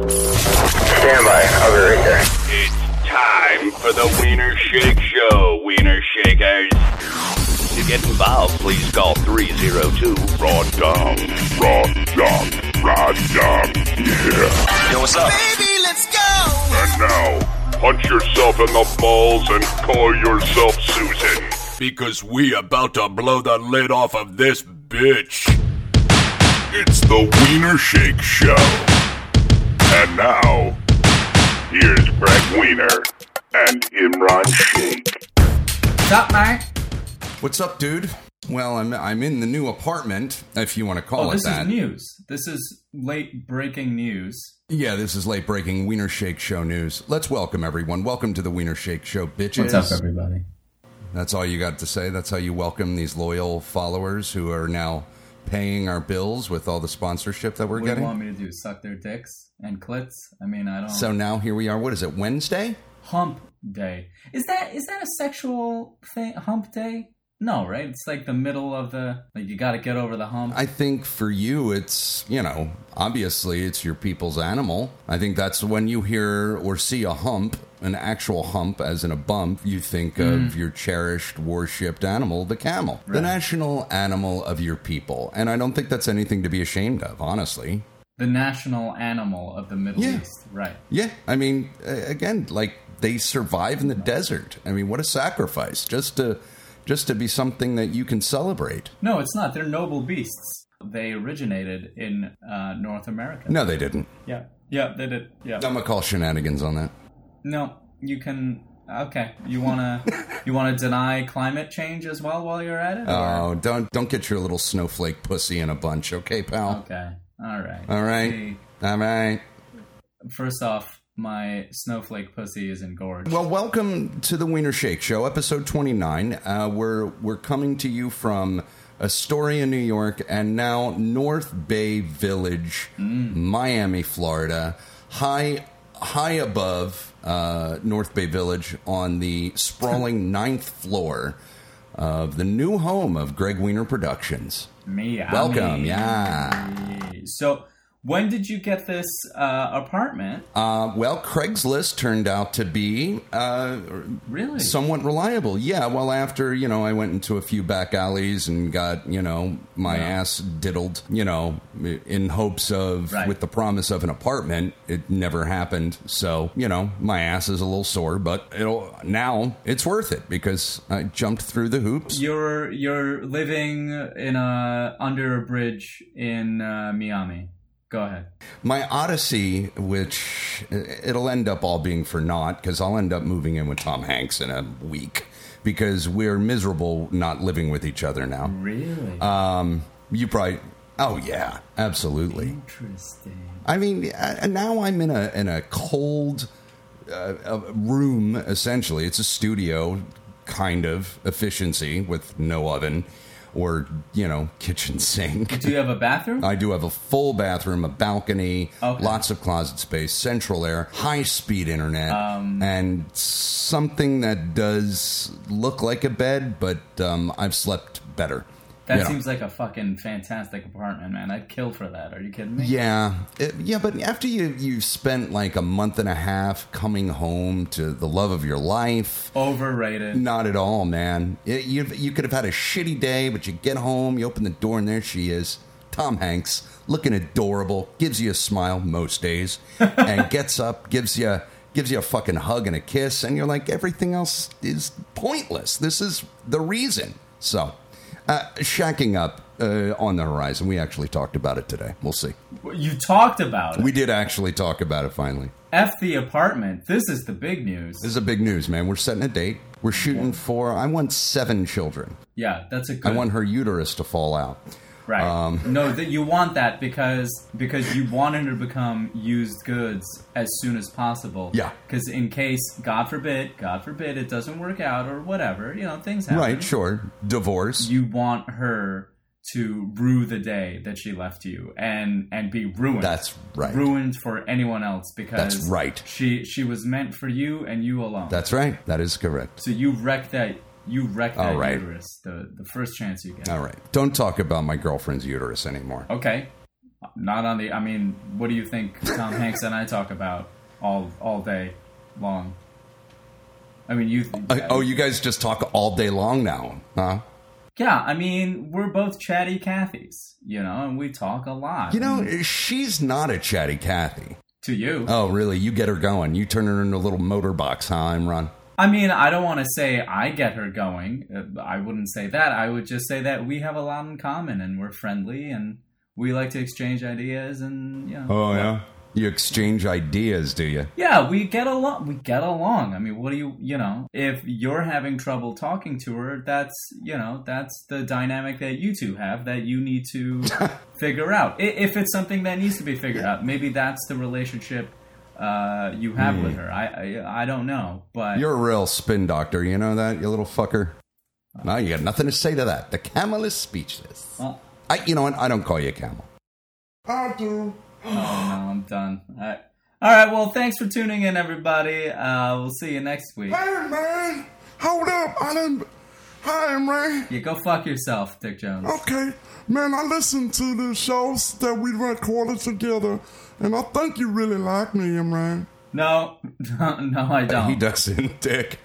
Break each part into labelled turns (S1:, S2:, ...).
S1: Stand by. I'll be right there.
S2: It's time for the Wiener Shake Show, Wiener Shakers. To get involved, please call 302 Raw Dom. Raw Dom. Raw Dom. Yeah. Yo, what's up?
S3: Baby, let's go.
S2: And now, punch yourself in the balls and call yourself Susan. Because we about to blow the lid off of this bitch. It's the Wiener Shake Show. And now, here's Greg Wiener and Imran Shake.
S4: Stop, Mark.
S5: What's up, dude? Well, I'm I'm in the new apartment, if you want to call
S4: Oh,
S5: it
S4: this
S5: that.
S4: is news. This is late breaking news.
S5: Yeah, this is late breaking Wiener Shake Show news. Let's welcome everyone. Welcome to the Wiener Shake Show, bitches.
S4: What's up, everybody?
S5: That's all you got to say. That's how you welcome these loyal followers who are now paying our bills with all the sponsorship that we're
S4: What do
S5: getting.
S4: you want me to do? Suck their dicks and clits? I mean, I don't.
S5: so now here we are. What is it? Wednesday?
S4: hump day is that is that a sexual thing? Hump day? No, right? It's like the middle of the like you got to get over the hump.
S5: I think for you, it's, you know, obviously it's your people's animal. I think that's when you hear or see a hump, an actual hump as in a bump, you think of your cherished, worshipped animal, the camel, the national animal of your people. And I don't think that's anything to be ashamed of, honestly.
S4: the national animal of the Middle
S5: Yeah.
S4: East, right?
S5: Yeah. I mean, a- again, like they survive in the desert. I mean, what a sacrifice just to. Just to be something that you can celebrate.
S4: No, it's not. They're noble beasts. They originated in uh, North America.
S5: No, they didn't.
S4: Yeah. Yeah, they did. Yeah.
S5: I'm gonna call shenanigans on that.
S4: No, you can. Okay, you wanna you wanna deny climate change as well while you're at it? or-
S5: Oh, don't don't get your little snowflake pussy in a bunch, okay, pal?
S4: Okay. All right.
S5: All right,
S4: See,
S5: all right.
S4: first off, my snowflake pussy is engorged.
S5: Well, welcome to the Wiener Shake Show, episode twenty nine. Uh, we're we're coming to you from Astoria, New York, and now North Bay Village,
S4: Mm.
S5: Miami, Florida. High high above uh, North Bay Village on the sprawling ninth floor of the new home of Greg Wiener Productions.
S4: Me. I
S5: Welcome,
S4: mean.
S5: yeah.
S4: So, when did you get this uh, apartment?
S5: Uh, well, Craigslist turned out to be uh,
S4: really?
S5: somewhat reliable. Yeah, well, after, you know, I went into a few back alleys and got, you know, my ass diddled, you know, in hopes of,
S4: Right.
S5: with the promise of an apartment. It never happened. So, you know, my ass is a little sore, but it'll, now it's worth it because I jumped through the hoops.
S4: you're you're living in a under a bridge in uh, Miami. Go ahead.
S5: My Odyssey, which it'll end up all being for naught because I'll end up moving in with Tom Hanks in a week because we're miserable not living with each other now.
S4: Really
S5: Um, you probably, oh yeah, absolutely.
S4: interesting.
S5: I mean, uh, now I'm in a in a cold uh, uh, room. Essentially, it's a studio kind of efficiency with no oven or you know kitchen sink.
S4: Do you have a bathroom?
S5: I do have a full bathroom, a balcony,
S4: Okay.
S5: lots of closet space, central air, high speed internet, and something that does look like a bed, but um, I've slept better.
S4: That
S5: You know.
S4: seems like a fucking fantastic apartment, man. I'd kill for that. Are you kidding me?
S5: Yeah, It- yeah, but after you you've spent like a month and a half coming home to the love of your life,
S4: Overrated.
S5: not at all, man. It, you you could have had a shitty day, but you get home, you open the door, and there she is, Tom Hanks, looking adorable, gives you a smile most days, and gets up, gives you gives you a fucking hug and a kiss, and you're like everything else is pointless. This is the reason. So, uh, shacking up uh, on the horizon. We actually talked about it today. We'll see.
S4: You talked about it.
S5: We did actually talk about it finally.
S4: F the apartment. This is the big news.
S5: This is a big news, man. We're setting a date. We're shooting for. I want seven children.
S4: yeah, that's a
S5: I um,
S4: good.
S5: want her uterus to fall out.
S4: Right. no, that you want that because because you want him to become used goods as soon as possible.
S5: Yeah.
S4: Because in case, God forbid, God forbid, it doesn't work out or whatever, you know, things happen.
S5: Right, sure. Divorce.
S4: You want her to rue the day that she left you and and be ruined.
S5: That's right.
S4: Ruined for anyone else because
S5: That's right.
S4: She she was meant for you and you alone.
S5: That's right. That is correct.
S4: so you wreck that you wreck that
S5: All right.
S4: uterus the the first chance you get.
S5: All right. Don't talk about my girlfriend's uterus anymore.
S4: Okay. Not on the. I mean, what do you think Tom Hanks and I talk about all all day long? I mean, you.
S5: Uh, oh, you guys just talk all day long now, huh?
S4: yeah. I mean, we're both chatty Cathys, you know, and we talk a lot.
S5: You know, she's not a chatty Cathy.
S4: to you.
S5: Oh, really? You get her going. You turn her into a little motor box, huh, Imran?
S4: I mean, I don't want to say I get her going. Uh, I wouldn't say that. I would just say that we have a lot in common, and we're friendly, and we like to exchange ideas, and you know.
S5: Oh, yeah. You exchange ideas, do you?
S4: Yeah, we get along. We get along. I mean, what do you, you know, if you're having trouble talking to her, that's, you know, that's the dynamic that you two have that you need to figure out. I- If it's something that needs to be figured out, maybe that's the relationship uh, you have with her. I, I, I don't know, but
S5: You're a real spin doctor. You know that, you little fucker? No, you got nothing to say to that. The camel is speechless.
S4: Well,
S5: I, you know what? I don't call you camel.
S4: oh, no, I'm done. All right. All right. Well, thanks for tuning in, everybody. Uh, we'll see you next week.
S5: Hey, man! Hold up! I didn't. Hi, man!
S4: Yeah, go fuck yourself, Dick Jones.
S3: Okay, man, I listened to the shows that we recorded together, and I think you really like me, Imran.
S4: No, no, I don't.
S5: He doesn't, Dick.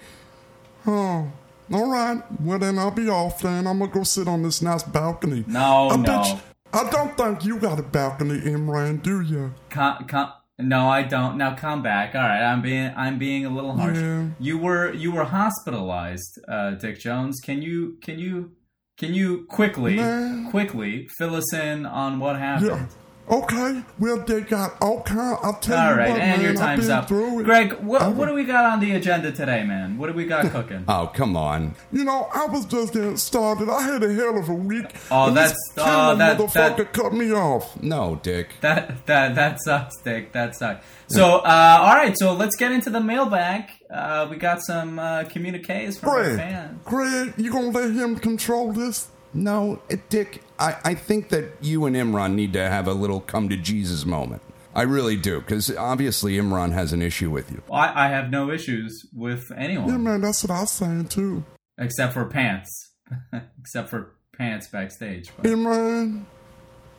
S3: Oh, all right. Well, then I'll be off then. I'm gonna go sit on this nice balcony.
S4: No,
S3: I
S4: no.
S3: bet you- I don't think you got a balcony, Imran, do you?
S4: Con, con, no, I don't. Now come back. All right, I'm being I'm being a little harsh.
S3: Yeah.
S4: You were you were hospitalized, uh, Dick Jones. Can you can you can you quickly
S3: Nah.
S4: quickly fill us in on what
S3: Yeah.
S4: happened?
S3: Okay. Well, they got all kind. I'll tell
S4: All
S3: you
S4: right,
S3: what,
S4: and
S3: man,
S4: your
S3: I've
S4: time's
S3: been
S4: up.
S3: through it.
S4: Greg, what
S3: I've-
S4: what do we got on the agenda today, man? What do we got cooking?
S5: Oh, come on.
S3: You know, I was just getting started. I had a hell of a week.
S4: Oh,
S3: and
S4: that's- oh,
S3: this camera
S4: that- that-
S3: motherfucker cut me off.
S5: No, Dick.
S4: That that that sucks, Dick. That sucks. So, uh, all right. So let's get into the mailbag. Uh, we got some uh, communiques from our
S3: Greg,
S4: fans.
S3: Greg, you gonna let him control this?
S5: No, uh, Dick, I, I think that you and Imran need to have a little come to Jesus moment. I really do, because obviously Imran has an issue with you.
S4: Well, I, I have no issues with anyone.
S3: Yeah, man, that's what I was saying too.
S4: except for pants, except for pants backstage but
S3: Imran,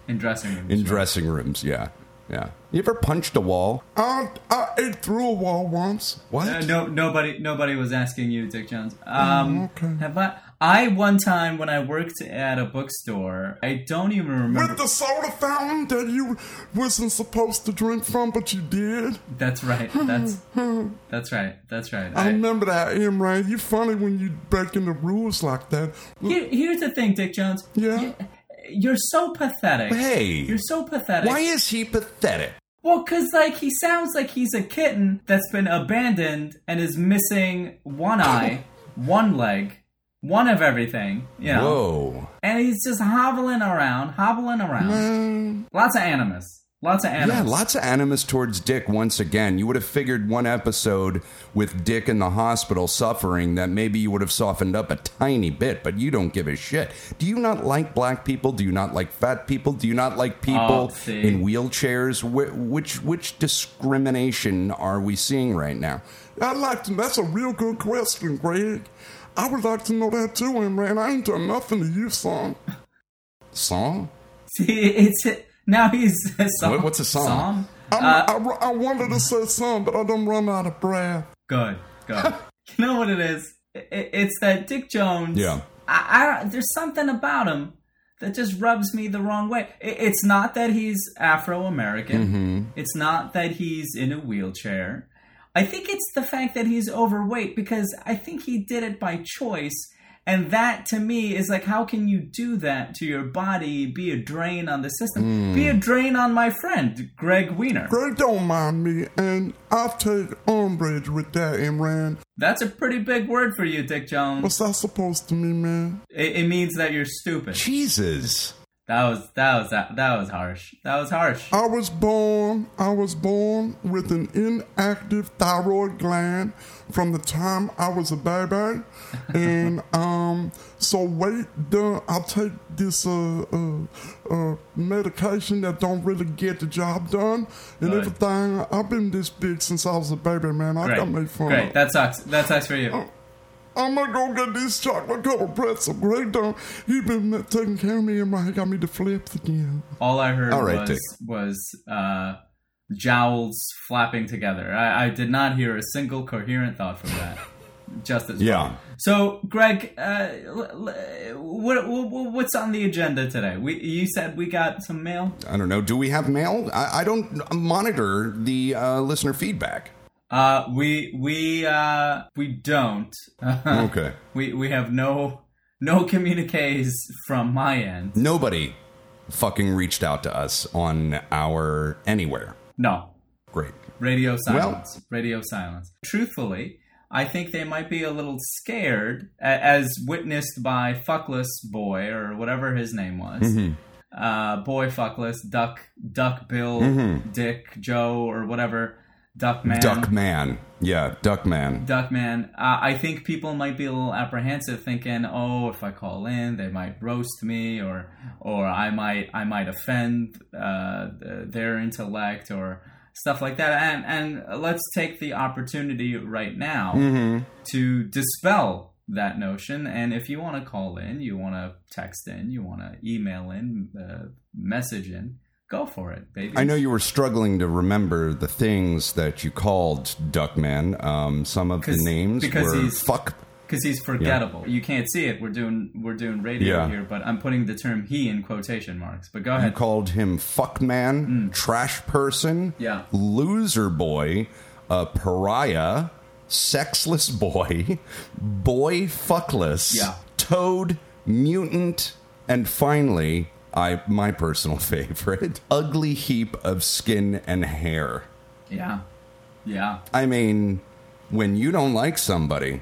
S4: in dressing rooms.
S5: In dressing rooms, yeah. Yeah. You ever punched a wall?
S3: I I ate through a wall once.
S5: What?
S4: Uh, no, nobody, nobody was asking you, Dick Jones.
S5: Oh,
S4: Um,
S3: okay.
S4: Have I? I one time when I worked at a bookstore, I don't even remember.
S3: With the soda fountain that you wasn't supposed to drink from, but you did.
S4: that's right. That's that's right. That's right.
S3: I
S4: I-
S3: remember that, Imran. You funny when you breaking the rules like that.
S4: Here- here's the thing, Dick Jones.
S3: Yeah.
S4: You're so pathetic.
S5: Hey.
S4: You're so pathetic.
S5: Why is he pathetic?
S4: Well, cause like he sounds like he's a kitten that's been abandoned and is missing one eye, one leg, one of everything. You know,
S5: Whoa.
S4: and he's just hobbling around, hobbling around. Lots of animus. Lots of animus.
S5: Yeah, lots of animus towards Dick once again. You would have figured one episode with Dick in the hospital suffering that maybe you would have softened up a tiny bit, but you don't give a shit. Do you not like black people? Do you not like fat people? Do you not like
S4: Oh,
S5: people
S4: see.
S5: in wheelchairs? Wh- which which discrimination are we seeing right now?
S3: I'd like to. That's a real good question, Greg. I would like to know that too, Imran. I ain't done nothing to you, son.
S5: Song?
S4: See, it's now he's a song.
S5: What- what's a song?
S3: I'm, I, I wanted to say something, but I done run out of breath.
S4: Good, good. you know what it is? I- I- it's that Dick Jones.
S5: Yeah.
S4: I, I there's something about him that just rubs me the wrong way. I it's not that he's Afro American. It's not that he's in a wheelchair. I think it's the fact that he's overweight because I think he did it by choice. And that to me is like, how can you do that to your body? Be a drain on the system. Be a drain on my friend, Greg Wiener.
S3: Greg don't mind me, and I take umbrage with that, Imran.
S4: That's a pretty big word for you, Dick Jones.
S3: What's that supposed to mean, man?
S4: It, it means that you're stupid.
S5: Jesus.
S4: That was that was that, that was harsh. That was harsh.
S5: Oh,
S3: I was born, I was born with an inactive thyroid gland from the time I was a baby, and um, so wait, the, I take this uh, uh, uh, medication that don't really get the job done, and
S4: Right.
S3: everything. I've been this big since I was a baby, man. I got made
S4: Great,
S3: fun
S4: great.
S3: of.
S4: That sucks. That sucks for you.
S5: Oh.
S3: I'm gonna go get these chocolate covered pretzel. Great done. He been taking care of me and he got me the flips again.
S4: All I heard
S5: All right,
S4: was
S5: Dick.
S4: was uh, jowls flapping together. I, I did not hear a single coherent thought from that. Just as
S5: Yeah.
S4: So, Greg, uh, l- l- what, what, what's on the agenda today? We you said we got some mail.
S5: I don't know. Do we have mail? I, I don't monitor the uh, listener feedback.
S4: Uh, we we uh, we don't.
S5: Okay.
S4: We we have no no communiques from my end.
S5: Nobody fucking reached out to us on our anywhere.
S4: No,
S5: Great.
S4: Radio silence. Radio silence. Truthfully, I think they might be a little scared, a- as witnessed by Fuckless Boy or whatever his name was. Uh, boy Fuckless, Duck, Duck Bill, Dick, Joe, or whatever. Duckman.
S5: Duck man. Yeah, duck man.
S4: Duckman. Uh, I think people might be a little apprehensive, thinking, "Oh, if I call in, they might roast me, or or I might I might offend uh, th- their intellect, or stuff like that." And and let's take the opportunity right now
S5: Mm-hmm.
S4: to dispel that notion. And if you want to call in, you want to text in, you want to email in, uh, message in, go for it, baby.
S5: I know you were struggling to remember the things that you called Duckman. Um, some of the
S4: 'Cause-
S5: names
S4: because
S5: were
S4: he's-
S5: fuck.
S4: because he's forgettable. You can't see it. We're doing we're doing radio
S5: Yeah.
S4: here, but I'm putting the term "he" in quotation marks. But go
S5: You
S4: ahead.
S5: called him fuck
S3: Hmm.
S5: man, trash person,
S4: Yeah.
S5: loser boy, a pariah, sexless boy, boy fuckless,
S4: Yeah.
S5: toad, mutant, and finally, I my personal favorite, ugly heap of skin and hair.
S4: yeah, yeah.
S5: I mean, when you don't like somebody,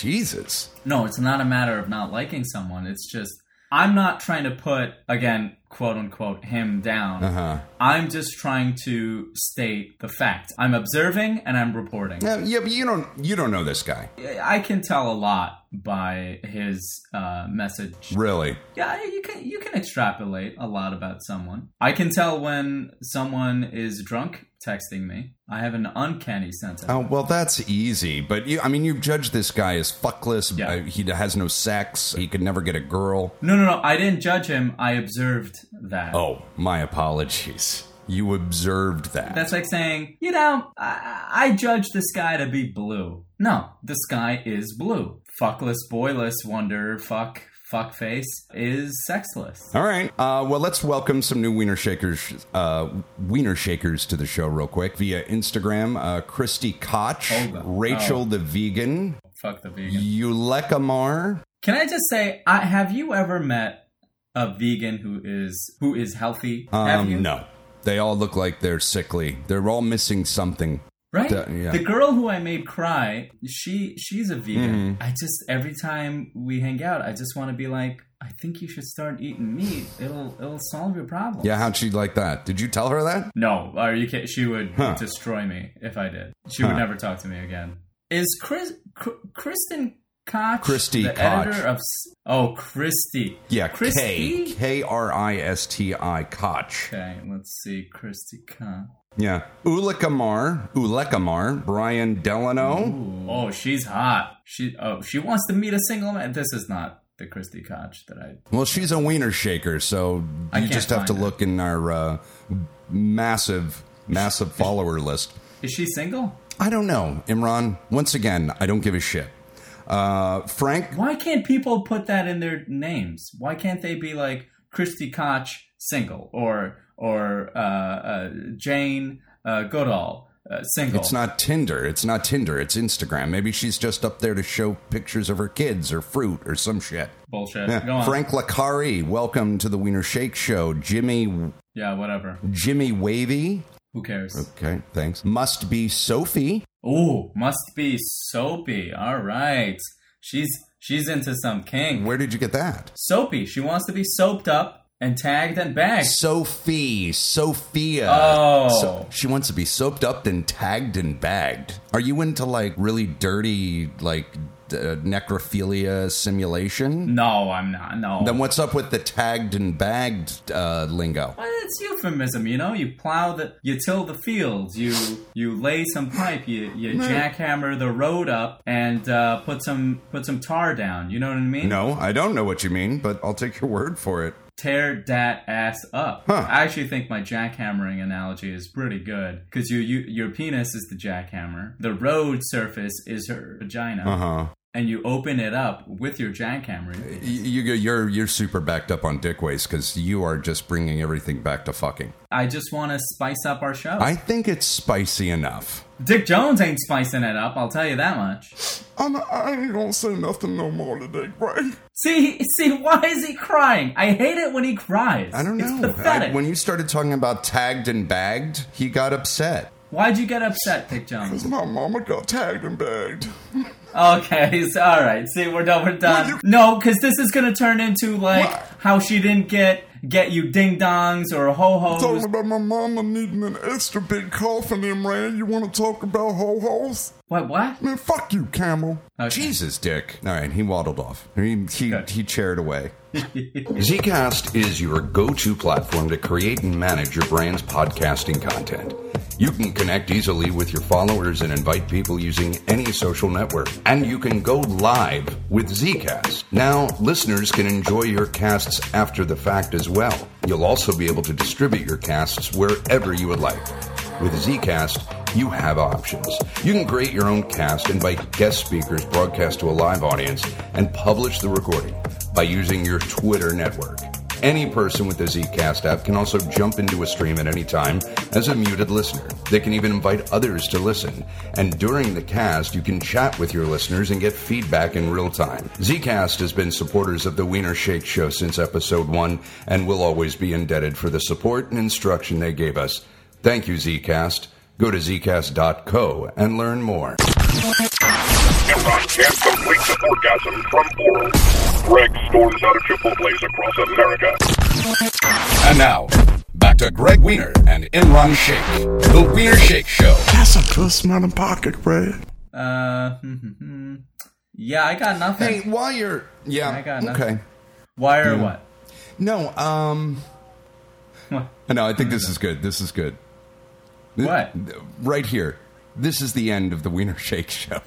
S5: Jesus.
S4: No, it's not a matter of not liking someone. It's just I'm not trying to put again quote unquote him down.
S5: Uh-huh.
S4: I'm just trying to state the fact. I'm observing and I'm reporting.
S5: Yeah, Uh, yeah, but you don't you don't know this guy.
S4: I can tell a lot by his uh, message
S5: Really.
S4: Yeah, you can you can extrapolate a lot about someone. I can tell when someone is drunk texting me. I have an uncanny sense of
S5: Oh well, that's easy. But you, I mean, you've judged this guy as fuckless.
S4: Yeah.
S5: Uh, he has no sex. He could never get a girl.
S4: No, no, no. I didn't judge him. I observed that.
S5: Oh, my apologies. You observed that.
S4: That's like saying, you know, I, I judge the sky to be blue. No, the sky is blue. Fuckless, boyless, wonder, fuck, fuckface is sexless.
S5: all right. Uh, well, let's welcome some new wiener shakers, uh, wiener shakers to the show real quick via Instagram. Uh, Christy Koch,
S4: Olga.
S5: Rachel
S4: Oh.
S5: the vegan,
S4: Fuck the vegan.
S5: Eulekamar.
S4: Can I just say, I, have you ever met a vegan who is who is healthy? have you?
S5: Um, no, they all look like they're sickly. They're all missing something.
S4: Right?
S5: That- yeah.
S4: The girl who I made cry, she she's a vegan.
S5: Mm-hmm.
S4: I just every time we hang out, I just want to be like, I think you should start eating meat. It'll it'll solve your problem.
S5: Yeah, how'd she like that? Did you tell her that?
S4: No, are you kidding? She would
S5: Huh.
S4: destroy me if I did. She would never talk to me again. Is Chris Cr- Kristen Koch
S5: Christy
S4: the
S5: Koch.
S4: editor of S- Oh, Christy.
S5: Yeah,
S4: Christy.
S5: K K R I S T I Koch.
S4: Okay, let's see Christy Koch.
S5: Yeah, Ulekamar, Ulekamar, Brian Delano.
S4: Oh, she's hot. She oh, she wants to meet a single man. This is not the Christy Koch that I
S5: Well, she's a wiener shaker, so
S4: I
S5: you
S4: can't
S5: just have to
S4: find her.
S5: look in our uh, massive, massive follower list.
S4: Is she single?
S5: I don't know, Imran. Once again, I don't give a shit. Uh, Frank
S4: Why can't people put that in their names? Why can't they be like Christy Koch single or or uh, uh, Jane uh, Goodall uh, single?
S5: It's not Tinder. It's not Tinder. It's Instagram. Maybe she's just up there to show pictures of her kids or fruit or some shit.
S4: bullshit.
S5: Yeah.
S4: Go on.
S5: Frank Lacari, welcome to the Wiener Shake Show. Jimmy
S4: yeah, whatever.
S5: Jimmy Wavy.
S4: Who cares?
S5: Okay, thanks. Must be Sophie.
S4: Oh, must be soapy. All right, she's she's into some kink.
S5: Where did you get that?
S4: Soapy. She wants to be soaped up and tagged and bagged.
S5: Sophie, Sophia.
S4: Oh.
S5: So- she wants to be soaped up and tagged and bagged. Are you into like really dirty, like uh, necrophilia simulation?
S4: No, I'm not. No.
S5: Then what's up with the tagged and bagged uh, lingo?
S4: Well, it's euphemism, you know. You plow the, you till the fields, you you lay some pipe, you you jackhammer the road up, and uh, put some put some tar down. You know what I mean?
S5: No, I don't know what you mean, but I'll take your word for it.
S4: Tear that ass up.
S5: Huh.
S4: I actually think my jackhammering analogy is pretty good because you, you your penis is the jackhammer, the road surface is her vagina,
S5: huh.
S4: and you open it up with your jackhammer.
S5: You, you- you're you're super backed up on dick waste because you are just bringing everything back to fucking.
S4: I just want to spice up our show.
S5: I think it's spicy enough.
S4: Dick Jones ain't spicing it up. I'll tell you that much.
S3: I'm, I ain't gonna say nothing no more today, right?
S4: See, see, why is he crying? I hate it when he cries.
S5: I don't know.
S4: It's pathetic.
S5: I- when you started talking about tagged and bagged, he got upset.
S4: Why'd you get upset, Dick Jones?
S3: Because my mama got tagged and bagged.
S4: Okay, so, all right. See, we're done. We're done. No, because this is gonna turn into like
S3: What?
S4: how she didn't get get you ding dongs or ho
S5: Oh,
S3: Talking
S4: hos.
S3: about my mama needing an extra big coffin, Imran. You wanna talk about ho hos?
S4: What? What?
S3: Man, fuck you, Camel.
S4: Okay.
S5: Jesus, Dick. All right, he waddled off. He, he,
S4: Good.
S5: he chaired away. Zcast is your go to platform to create and manage your brand's podcasting content. You can connect easily with your followers and invite people using any social network. And you can go live with Zcast. Now, listeners can enjoy your casts after the fact as well. You'll also be able to distribute your casts wherever you would like. With Zcast, you have options. You can create your own cast, invite guest speakers, broadcast to a live audience, and publish the recording by using your Twitter network. Any person with the Zcast app can also jump into a stream at any time as a muted listener. They can even invite others to listen. And during the cast, you can chat with your listeners and get feedback in real time. Zcast has been supporters of the Wiener Shake Show since episode one and will always be indebted for the support and instruction they gave us. Thank you, Zcast. Go to zcast.co and learn more.
S2: Imran can't complete the orgasm from oral. Greg storms out of Chipotle's across America.
S5: And now, back to Greg Wiener and Imran Shake, the Wiener Shake Show.
S3: That's a good smelling pocket, Brad.
S4: Uh, hmm, hmm, hmm. yeah, I got
S5: Hey,
S4: nothing.
S5: while you're yeah,
S4: I got nothing.
S5: okay.
S4: Why or what?
S5: No, um,
S4: What?
S5: no, I think this is good. This is good. Th-
S4: What?
S5: th- Right here. This is the end of the Wiener Shake Show.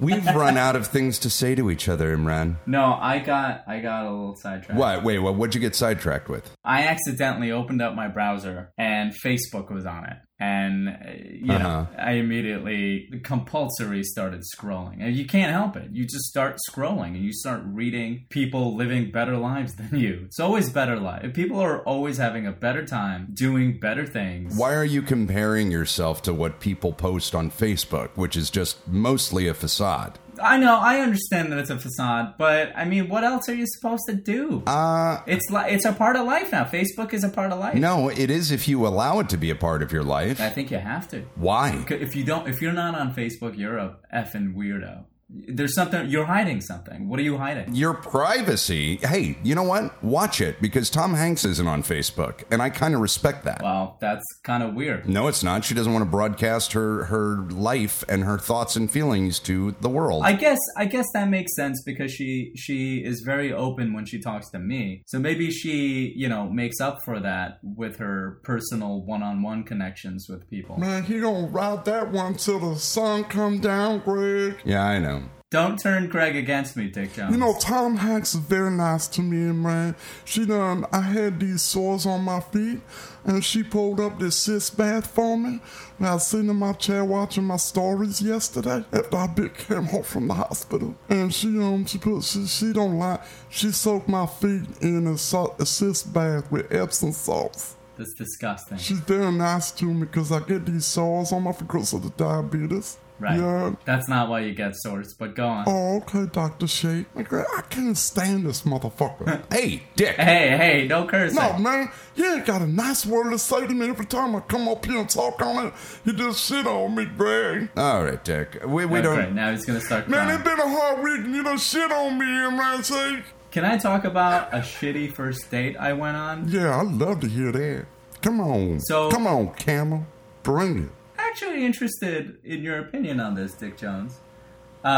S5: We've run out of things to say to each other, Imran.
S4: No, I got I got a little sidetracked.
S5: What? Wait, what? What'd you get sidetracked with?
S4: I accidentally opened up my browser and Facebook was on it. And, uh, you
S5: Uh-huh.
S4: know, I immediately compulsory started scrolling. And you can't help it. You just start scrolling and you start reading people living better lives than you. It's always better life. People are always having a better time doing better things.
S5: Why are you comparing yourself to what people post on Facebook, which is just mostly a facade?
S4: I know, I understand that it's a facade, but I mean, what else are you supposed to do?
S5: Uh,
S4: it's li- it's a part of life now. Facebook is a part of life.
S5: no, it is if you allow it to be a part of your life.
S4: I think you have to.
S5: Why?
S4: If you don't, if you're not on Facebook, you're a effing weirdo. There's something you're hiding. Something. What are you hiding?
S5: Your privacy. Hey, you know what? Watch it because Tom Hanks isn't on Facebook, and I kind of respect that.
S4: Well, that's kind of weird.
S5: No, it's not. She doesn't want to broadcast her her life and her thoughts and feelings to the world.
S4: I guess I guess that makes sense because she she is very open when she talks to me. So maybe she you know makes up for that with her personal one-on-one connections with people.
S3: Man, he gonna ride that one till the sun come down, Greg.
S5: yeah, I know.
S4: Don't turn Greg against me, Dick Jones.
S3: You know, Tom Hanks is very nice to me, and man, she done. I had these sores on my feet, and she pulled up this sitz bath for me. And I was sitting in my chair watching my stories yesterday after I bit came home from the hospital. And she um, she put she, she don't lie. She soaked my feet in a, so- a sitz bath with Epsom salts.
S4: that's disgusting.
S3: She's very nice to me because I get these sores on my feet because of the diabetes.
S4: Right.
S3: Yeah.
S4: That's not why you get sores. But go on.
S3: Oh, okay, Dr. Shake. Like, I can't stand this motherfucker.
S5: Hey, Dick.
S4: Hey, hey, no cursing.
S3: No, man, he ain't got a nice word to say to me every time I come up here and talk on it. He just shit on me, Greg.
S5: All right, Dick. We we
S4: Okay,
S5: don't.
S4: now he's gonna start
S3: Man,
S4: crying.
S3: it's been a hard week and you done shit on me, man. Say,
S4: Can I talk about a shitty first date I went on?
S3: Yeah, I love to hear that. Come on.
S4: So-
S3: Come on, Camel. Bring it.
S4: Actually, interested in your opinion on this, Dick Jones,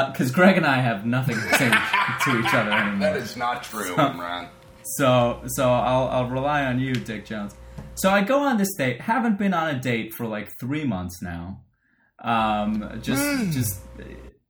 S4: because Greg and I have nothing to say to each other anymore.
S5: That is not true, Imran.
S4: So so I'll I'll rely on you, Dick Jones. So I go on this date. Haven't been on a date for like three months now. Um, just just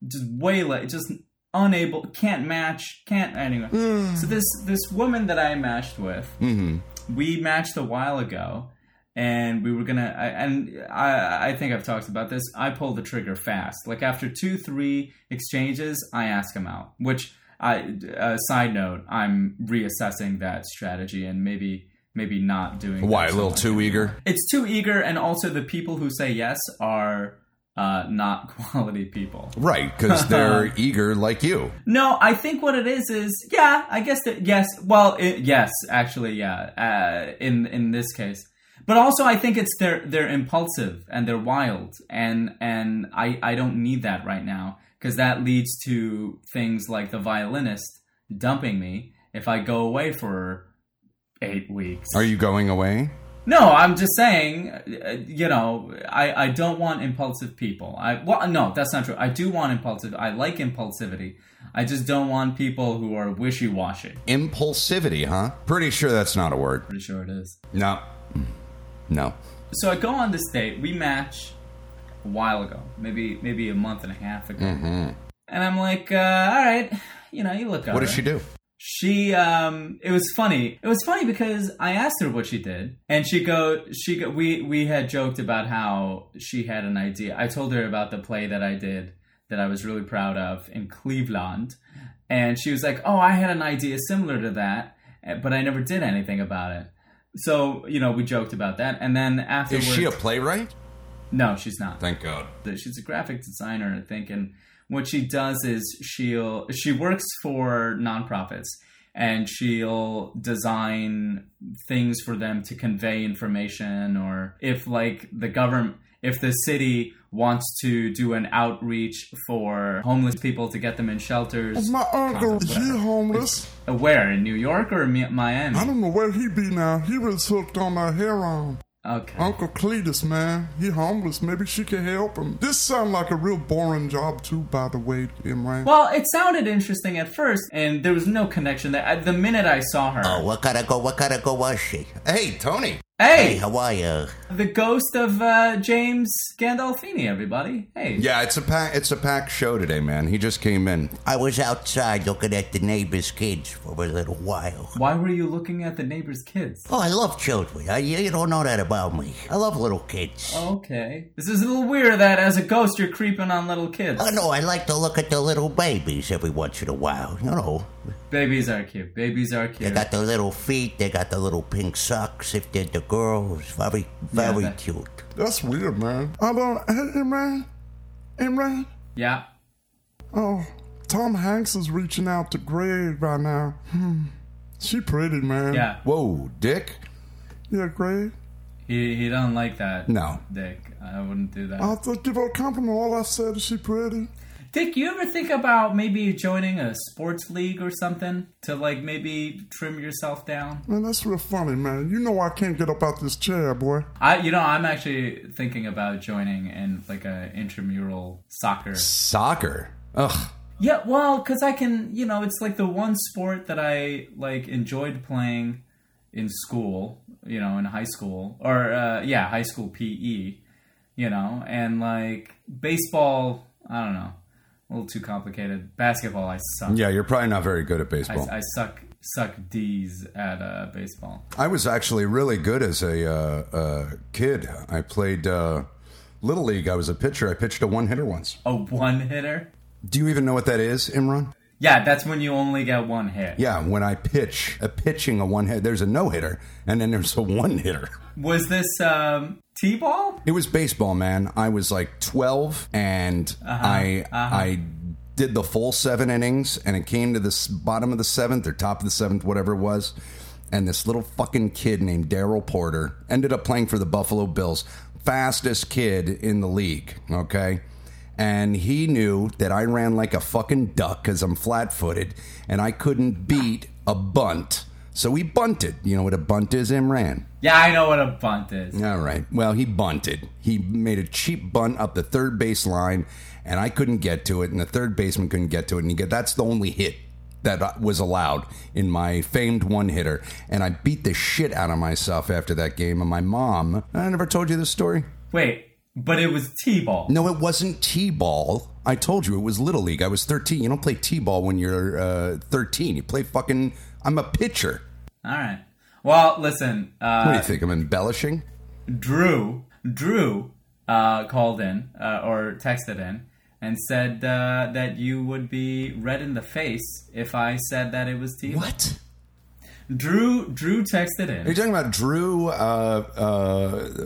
S4: just way late. Just unable. Can't match. Can't anyway. So this this woman that I matched with,
S5: Mm-hmm.
S4: we matched a while ago, and we were gonna. I, and I I think I've talked about this. I pulled the trigger fast. Like after two three exchanges, I ask him out. Which I uh, side note, I'm reassessing that strategy and maybe maybe not doing that
S5: Why, a little
S4: so much
S5: too eager?
S4: it's too eager and also the people who say yes are uh, not quality people
S5: Right, because they're eager like you.
S4: no i think what it is is yeah i guess that yes well it, yes actually yeah uh, in in this case but also i think it's they're they're impulsive and they're wild and and i i don't need that right now because that leads to things like the violinist dumping me if i go away for eight weeks
S5: Are you going away?
S4: no, I'm just saying, uh, you know, I, I don't want impulsive people. I well, no, that's not true. I do want impulsive. I like impulsivity. I just don't want people who are wishy washy.
S5: Impulsivity, huh? Pretty sure that's not a word.
S4: Pretty sure it is.
S5: No. Mm. No.
S4: So I go on this date. We match a while ago, maybe maybe a month and a half ago. And I'm like, uh, all right, you know, you look.
S5: Mm-hmm. What does she do?
S4: she um it was funny it was funny because i asked her what she did and she go she go, we we had joked about how she had an idea i told her about the play that i did that i was really proud of in cleveland and she was like oh i had an idea similar to that eh, but i never did anything about it so you know we joked about that and then
S5: Is
S4: afterwards
S5: she a playwright?
S4: no she's not
S5: Thank God.
S4: that she's a graphic designer i think and what she does is she'll she works for nonprofits and she'll design things for them to convey information or if like the government if the city wants to do an outreach for homeless people to get them in shelters Uh,
S3: My uncle, he homeless.
S4: where in new york or Mi- miami
S3: I don't know where he be now. He was hooked on that heroin.
S4: okay
S3: Uncle Cletus, man, he homeless. Maybe she can help him. This sounds like a real boring job, too, by the way, Imran.
S4: well it sounded interesting at first and there was no connection that I- the minute i saw her
S5: what kind
S6: Oh,
S5: of go? What kind of go was she? Hey, Tony.
S4: hey
S5: how are you?
S4: The ghost of uh, James Gandolfini, everybody. Hey.
S5: Yeah, it's a pack. It's a packed show today, man. He just came in.
S6: I was outside looking at the neighbor's kids for a little while.
S4: Why were you looking at the neighbor's kids?
S6: Oh, I love children. I, you you don't know that about me. I love little kids.
S4: Oh. Okay. This is a little weird that as a ghost you're creeping on little kids.
S6: Oh, no, I like to look at the little babies every once in a while. You know,
S4: Babies are cute. Babies are
S6: they
S4: cute.
S6: got the little feet, they got the little pink socks. If they're the girls, very, very
S4: that-
S6: cute.
S3: That's weird, man. I don't. Hey, Imran? Imran?
S4: yeah.
S3: Oh, Tom Hanks is reaching out to Greg right now. Hmm. She pretty, man.
S4: Yeah.
S5: Whoa, Dick.
S3: Yeah, Greg.
S4: He he don't like that.
S5: No.
S4: Dick. I wouldn't do that.
S3: I thought give her a compliment. All I said is she pretty.
S4: Dick, you ever think about maybe joining a sports league or something to like maybe trim yourself down?
S3: Man, that's real funny, man. You know I can't get up out this chair, boy.
S4: I you know, I'm actually thinking about joining in like a intramural soccer
S5: Soccer. Ugh.
S4: Yeah, well, because I can, you know, it's like the one sport that I like enjoyed playing in school, you know, in high school or uh, yeah, high school PE, you know, and like baseball, I don't know, a little too complicated. Basketball, I suck.
S5: Yeah, you're probably not very good at baseball.
S4: I, I suck suck D's at uh, baseball.
S5: I was actually really good as a uh, uh, kid. I played uh, little league. I was a pitcher. I pitched a one hitter once.
S4: A one hitter.
S5: Do you even know what that is, Imran?
S4: Yeah, that's when you only get one hit.
S5: Yeah, when I pitch, a pitching a one hit. There's a no hitter, and then there's a one hitter.
S4: Was this um, T-ball?
S5: It was baseball, man. I was like 12, and I I did the full seven innings, and it came to the s- bottom of the seventh or top of the seventh, whatever it was. And this little fucking kid named Daryl Porter ended up playing for the Buffalo Bills, fastest kid in the league. Okay, And he knew that I ran like a fucking duck because I'm flat footed and I couldn't beat a bunt. So he bunted. You know what a bunt is, Imran?
S4: Yeah, I know what a bunt is.
S5: All right. Well, he bunted. He made a cheap bunt up the third base line, and I couldn't get to it, and the third baseman couldn't get to it, and he got, that's the only hit that uh, was allowed in my famed one hitter, and I beat the shit out of myself after that game. And my mom, I never told you this story.
S4: Wait, but it was T-ball.
S5: No, it wasn't T-ball. I told you it was Little League. I was 13. You don't play T-ball when you're uh, 13. You play fucking. I'm a pitcher.
S4: All right. Well, listen,
S5: What do
S4: uh,
S5: you think? I'm embellishing.
S4: Drew, Drew uh, called in uh, or texted in and said uh, that you would be red in the face if I said that it was T-ball.
S5: What?
S4: Drew, Drew texted in.
S5: Are you talking about Drew uh,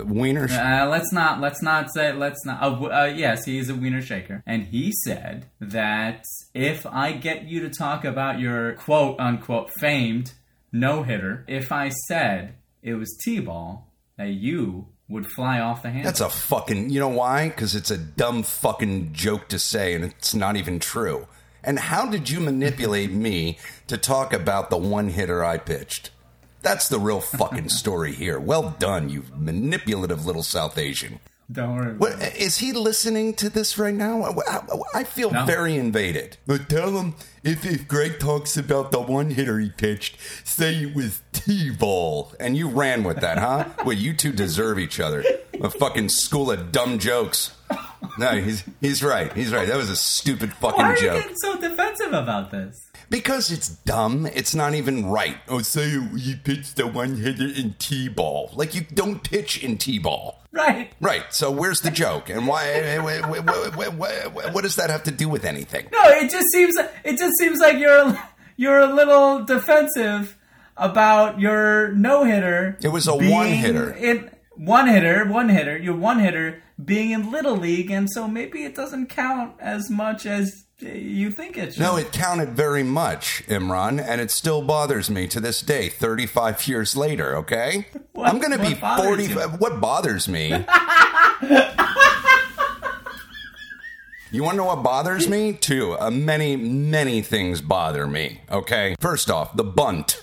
S5: uh, Wiener?
S4: Uh, let's not. Let's not say. Let's not. Uh, w- uh, yes, he is a wiener shaker, and he said that if I get you to talk about your quote unquote famed no hitter, if I said it was T-ball, that you would fly off the handle.
S5: That's a fucking. You know why? Because it's a dumb fucking joke to say, and it's not even true. And how did you manipulate me to talk about the one hitter I pitched? That's the real fucking story here. Well done, you manipulative little South Asian.
S4: Don't worry. About
S5: What is he listening to this right now? I, I- I feel
S4: No.
S5: very invaded. But tell him if, if Greg talks about the one hitter he pitched, say it was T-ball, and you ran with that, huh? well, you two deserve each other. A fucking school of dumb jokes. No, he's he's right. He's right. That was a stupid fucking
S4: Why are you
S5: joke.
S4: getting so defensive about this?
S5: Because it's dumb. It's not even right. Oh, say you, you pitched the one hitter in T-ball. Like you don't pitch in T-ball.
S4: Right.
S5: Right. So where's the joke? And why? wh- wh- wh- wh- wh- What does that have to do with anything?
S4: No, it just seems. It just seems like you're a- you're a little defensive about your no hitter.
S5: It was a
S4: being
S5: one hitter.
S4: In one hitter, one hitter, your one hitter being in little league, and so maybe it doesn't count as much as you think it should.
S5: No, it counted very much, Imran, and it still bothers me to this day, 35 years later, okay?
S4: What-
S5: I'm going to
S4: what
S5: be
S4: bothers
S5: 40.
S4: you?
S5: What bothers me? You want to know what bothers me? Too. Uh, many, many things bother me, okay? First off, the bunt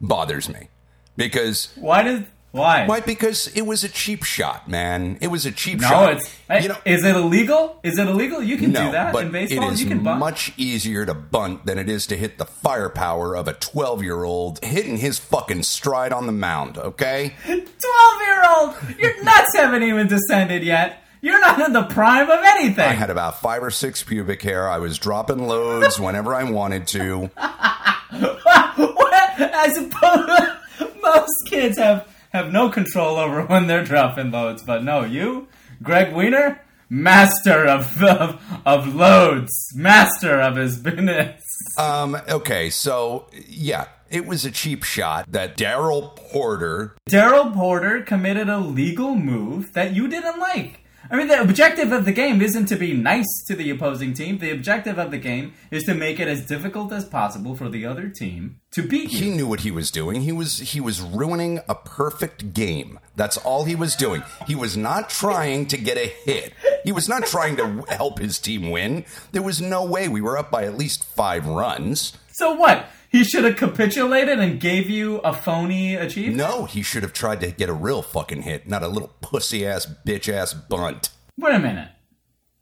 S5: bothers me because
S4: why does why?
S5: Why? Because it was a cheap shot, man. It was a cheap
S4: No,
S5: shot.
S4: it's is it illegal? Is it illegal? You can
S5: no,
S4: do that
S5: but
S4: in baseball.
S5: it is
S4: you can bunt.
S5: much easier to bunt than it is to hit the firepower of a twelve-year-old hitting his fucking stride on the mound. Okay,
S4: 12 year old! Your nuts haven't even descended yet! You're not in the prime of anything!
S5: I had about five or six pubic hair. I was dropping loads whenever I wanted to.
S4: What? I suppose most kids have, have no control over when they're dropping loads, but no, you, Greg Wiener, master of, of, of loads, master of his business.
S5: Um, okay, so yeah, it was a cheap shot that Daryl Porter
S4: Daryl Porter committed a legal move that you didn't like. I mean, the objective of the game isn't to be nice to the opposing team. The objective of the game is to make it as difficult as possible for the other team to beat you.
S5: he knew what he was doing. He was he was ruining a perfect game. That's all he was doing. He was not trying to get a hit. He was not trying to w- help his team win. There was no way we were up by at least 5 runs.
S4: So what? He should have capitulated and gave you a phony achievement?
S5: No, he should have tried to get a real fucking hit, not a little pussy ass bitch ass bunt.
S4: Wait a minute.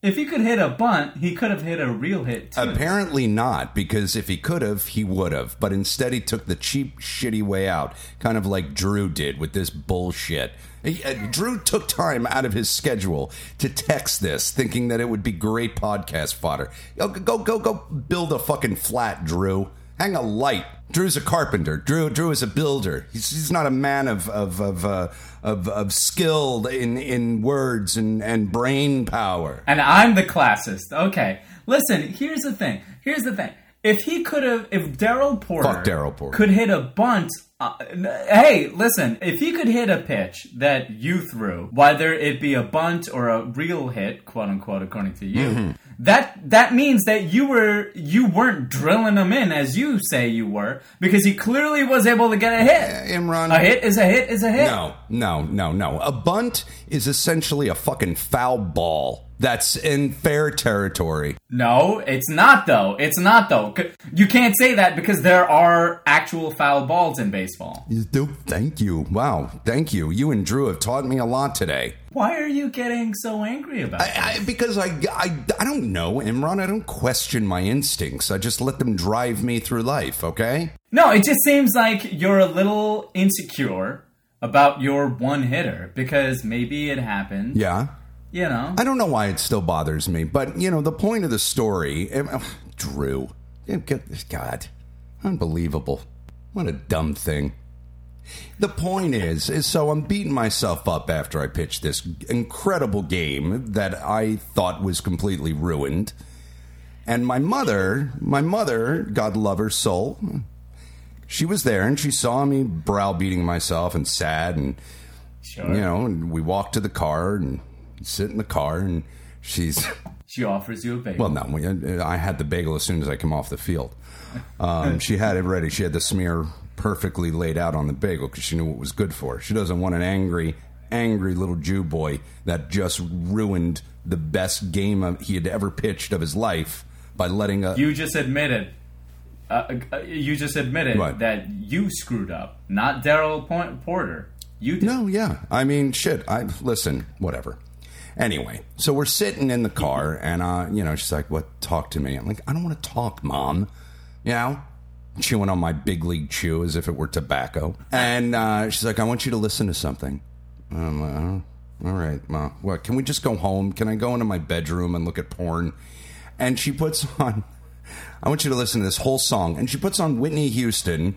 S4: If he could hit a bunt, he could have hit a real hit too.
S5: Apparently not, because if he could have, he would have. But instead, he took the cheap, shitty way out, kind of like Drew did with this bullshit. He- uh, Drew took time out of his schedule to text this, thinking that it would be great podcast fodder. Yo, Go, go, go, build a fucking flat, Drew. Hang a light. Drew's a carpenter. Drew, Drew is a builder. He's, he's not a man of of of uh, of, of skill in in words and and brain power.
S4: And I'm the classist. Okay. Listen, here's the thing. Here's the thing. If he could have, if Daryl Porter,
S5: Fuck Darryl Porter.
S4: could hit a bunt. Uh, n- hey, listen, if he could hit a pitch that you threw, whether it be a bunt or a real hit, quote unquote, according to you,
S5: Mm-hmm.
S4: that that means that you were you weren't drilling him in as you say you were, because he clearly was able to get a hit.
S5: Imran,
S4: A hit is a hit is a hit.
S5: No, no, no, no. A bunt is essentially a fucking foul ball. That's in fair territory.
S4: No, it's not though. It's not though. C- You can't say that because there are actual foul balls in baseball.
S5: You do- Thank you. Wow. Thank you. You and Drew have taught me a lot today.
S4: Why are you getting so angry about it?
S5: I, I, because I, I, I don't know, Imran. I don't question my instincts. I just let them drive me through life, okay?
S4: No, it just seems like you're a little insecure about your one hitter because maybe it happened.
S5: Yeah.
S4: You know.
S5: I don't know why it still bothers me, but, you know, the point of the story. Im- oh, Drew. Yeah, good- God. Unbelievable. What a dumb thing. The point is, is so I'm beating myself up after I pitched this incredible game that I thought was completely ruined. And my mother, my mother, God love her soul, she was there and she saw me browbeating myself and sad and
S4: sure.
S5: you know, and we walked to the car and sit in the car and she's
S4: She offers you a bagel.
S5: well, no, we, uh, I had the bagel as soon as I came off the field. Um, she had it ready. She had the smear perfectly laid out on the bagel because she knew what was good for. her. She doesn't want an angry, angry little Jew boy that just ruined the best game of, he had ever pitched of his life by letting a
S4: you just admitted. Uh, uh, you just admitted
S5: Right.
S4: that you screwed up, not Daryl Point- Porter. You did.
S5: No, yeah. I mean, shit. I listen, whatever. Anyway, so we're sitting in the car, and uh, you know, she's like, "What? Talk to me." I'm like, "I don't want to talk, mom." You know, chewing on my big league chew as if it were tobacco, and uh, she's like, "I want you to listen to something." I'm like, "Oh, "All right, mom. What? Can we just go home? Can I go into my bedroom and look at porn?" And she puts on. I want you to listen to this whole song, and she puts on Whitney Houston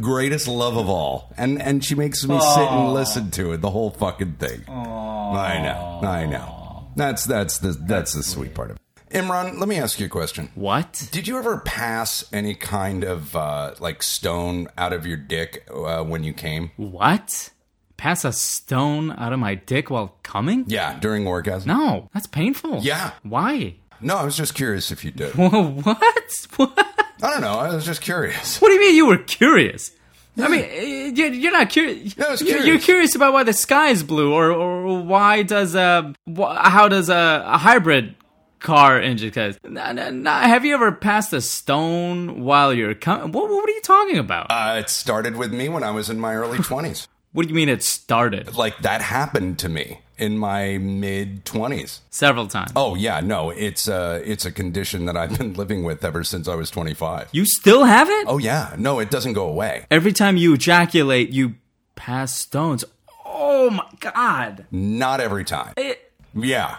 S5: greatest love of all, and and she makes me sit and listen to it the whole fucking thing. I know, I know. That's that's the that's, the sweet part of it. Imran, let me ask you a question.
S7: What?
S5: Did you ever pass any kind of uh, like stone out of your dick uh, when you came?
S7: What? Pass a stone out of my dick while coming?
S5: Yeah, during orgasm.
S7: No, that's painful.
S5: Yeah.
S7: Why?
S5: No, I was just curious if you did. I
S7: what? What?
S5: don't know. I was just curious.
S7: What do you mean you were curious? I mean, eh, you- you're not curious.
S5: Yeah, I was
S7: You're
S5: curious.
S7: curious about why the sky is blue, or, or why does a wh- how does a, a hybrid car engine? Cause, nah, nah, nah, have you ever passed a stone while you're coming? What, what are you talking about?
S5: Uh, it started with me when I was in my early twenties.
S7: what do you mean it started
S5: Like that happened to me in my mid twenties.
S7: several times?
S5: Oh yeah, no, it's a it's a condition that I've been living with ever since I was 25.
S7: You still have it?
S5: Oh yeah, no, it doesn't go away.
S7: Every time you ejaculate, you pass stones. Oh my god!
S5: Not every time.
S7: It-
S5: Yeah.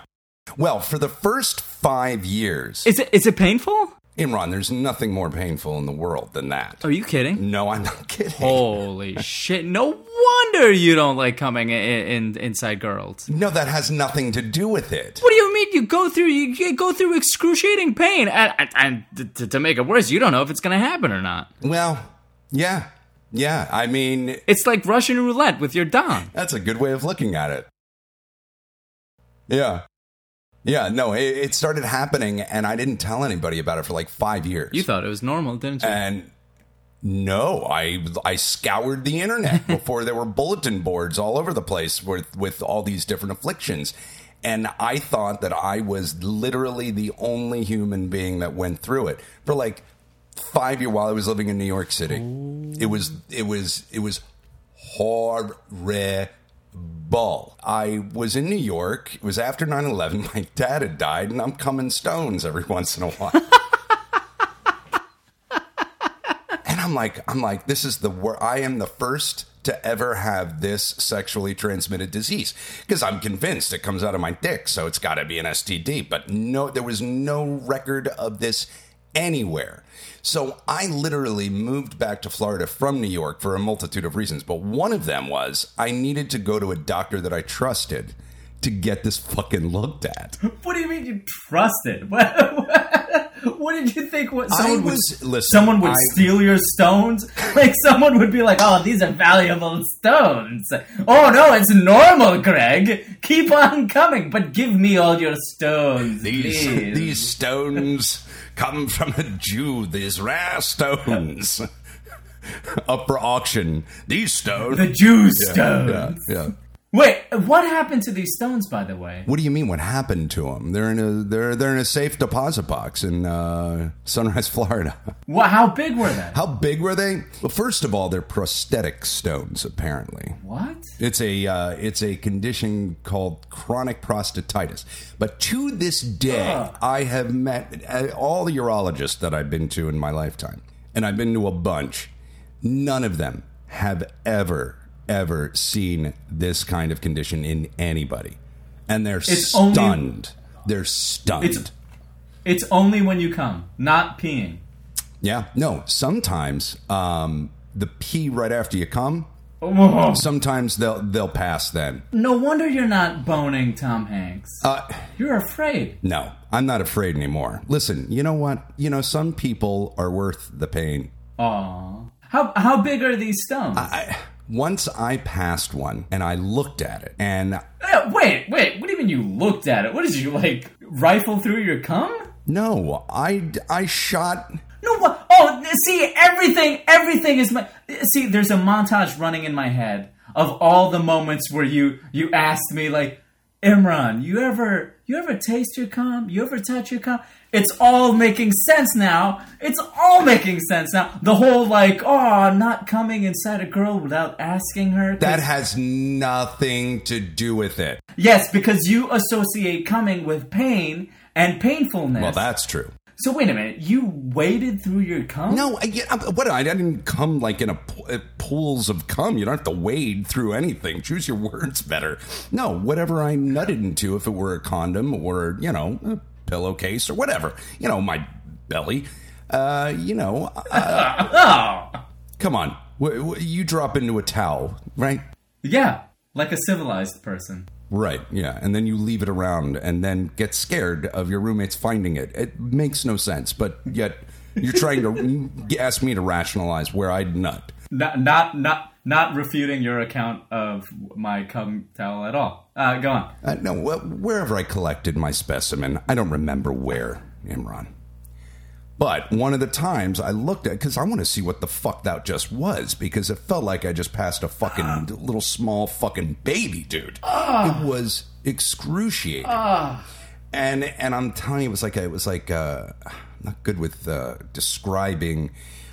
S5: Well, for the first 5 years,
S7: Is it is it painful?
S5: Imran, there's nothing more painful in the world than that.
S7: Are you kidding?
S5: No, I'm not kidding.
S7: Oh. Holy shit! No wonder you don't like coming in, in inside girls.
S5: No, that has nothing to do with it.
S7: What do you mean? You go through you g- go through excruciating pain, and, and, and t- to, to make it worse, you don't know if it's gonna happen or not.
S5: Well, yeah. Yeah, I mean,
S7: It's like Russian roulette with your dong.
S5: That's a good way of looking at it. Yeah. Yeah, no, it, it started happening and I didn't tell anybody about it for like five years.
S7: You thought it was normal, didn't you?
S5: and no, I I scoured the internet before there were bulletin boards all over the place with, with all these different afflictions. And I thought that I was literally the only human being that went through it for like five year while I was living in New York City. It was it was it was horrible. I was in New York. It was after 9 11. My dad had died, and I'm coming stones every once in a while. and I'm like, I'm like, this is the wor I am the first to ever have this sexually transmitted disease because I'm convinced it comes out of my dick, so it's got to be an STD. But no, there was no record of this anywhere. So I literally moved back to Florida from New York for a multitude of reasons, but one of them was I needed to go to a doctor that I trusted to get this fucking looked at.
S4: What do you mean you trusted? What, what did you think? What someone
S5: I was
S4: would
S5: listen,
S4: someone would
S5: I-
S4: steal your stones? Like someone would be like, "Oh, these are valuable stones." Oh no, it's normal, Greg. Keep on coming, but give me all your stones,
S5: These
S4: please.
S5: these stones come from a Jew. These rare stones. Up for auction. These stones.
S4: the Jew
S5: Yeah,
S4: stones.
S5: yeah.
S4: Wait, what happened to these stones, by the way?
S5: What do you mean? What happened to them? They're in a they're they're in a safe deposit box in uh, Sunrise, Florida.
S4: What, how big were they?
S5: How big were they? Well, first of all, they're prosthetic stones. Apparently,
S4: What?
S5: it's a uh, it's a condition called chronic prostatitis. But to this day, I have met uh, all the urologists that I've been to in my lifetime, and I've been to a bunch. None of them have ever ever seen this kind of condition in anybody, and they're
S4: It's only-
S5: stunned. they're stunned.
S4: It's- It's only when you come, not peeing.
S5: Yeah. No, sometimes um, the pee right after you come. Oh. Sometimes they'll they'll pass then.
S4: No wonder you're not boning Tom Hanks.
S5: Uh,
S4: You're afraid.
S5: no, I'm not afraid anymore. Listen, you know what? You know some people are worth the pain.
S4: Aw. How how big are these stones?
S5: I, once I passed one and I looked at it and
S4: Eh, wait, wait. What do you mean you looked at it? What did you like rifle through your cum?
S5: no, I I shot
S4: No. What? Oh, th- see, everything, everything is my. See, there's a montage running in my head of all the moments where you you asked me like, Imran, you ever you ever taste your cum? You ever touch your cum? It's all making sense now. It's all making sense now. The whole like, oh, I'm not coming inside a girl without asking her. 'cause-
S5: that has nothing to do with it.
S4: Yes, because you associate coming with pain and painfulness.
S5: Well, that's true.
S4: so wait a minute. You waded through your cum?
S5: No, I, yeah, I- what I didn't come like in a po- uh, pools of cum. You don't have to wade through anything. Choose your words better. No, whatever I nutted into, if it were a condom or you know a pillowcase or whatever, you know my belly. Uh, you know, uh,
S4: Oh.
S5: come on, w- w- you drop into a towel, right?
S4: Yeah, like a civilized person.
S5: Right, yeah, and then you leave it around, and then get scared of your roommates finding it. It makes no sense, but yet you're trying to ask me to rationalize where I'd nut.
S4: Not not not not refuting your account of my cum towel at all. Uh, go on.
S5: Uh, no, wh- wherever I collected my specimen, I don't remember where, Imran. But one of the times I looked at, because I want to see what the fuck that just was, because it felt like I just passed a fucking little small fucking baby, dude. It was excruciating, and and I'm telling you, it was like a, it was like uh, I'm not good with uh, describing.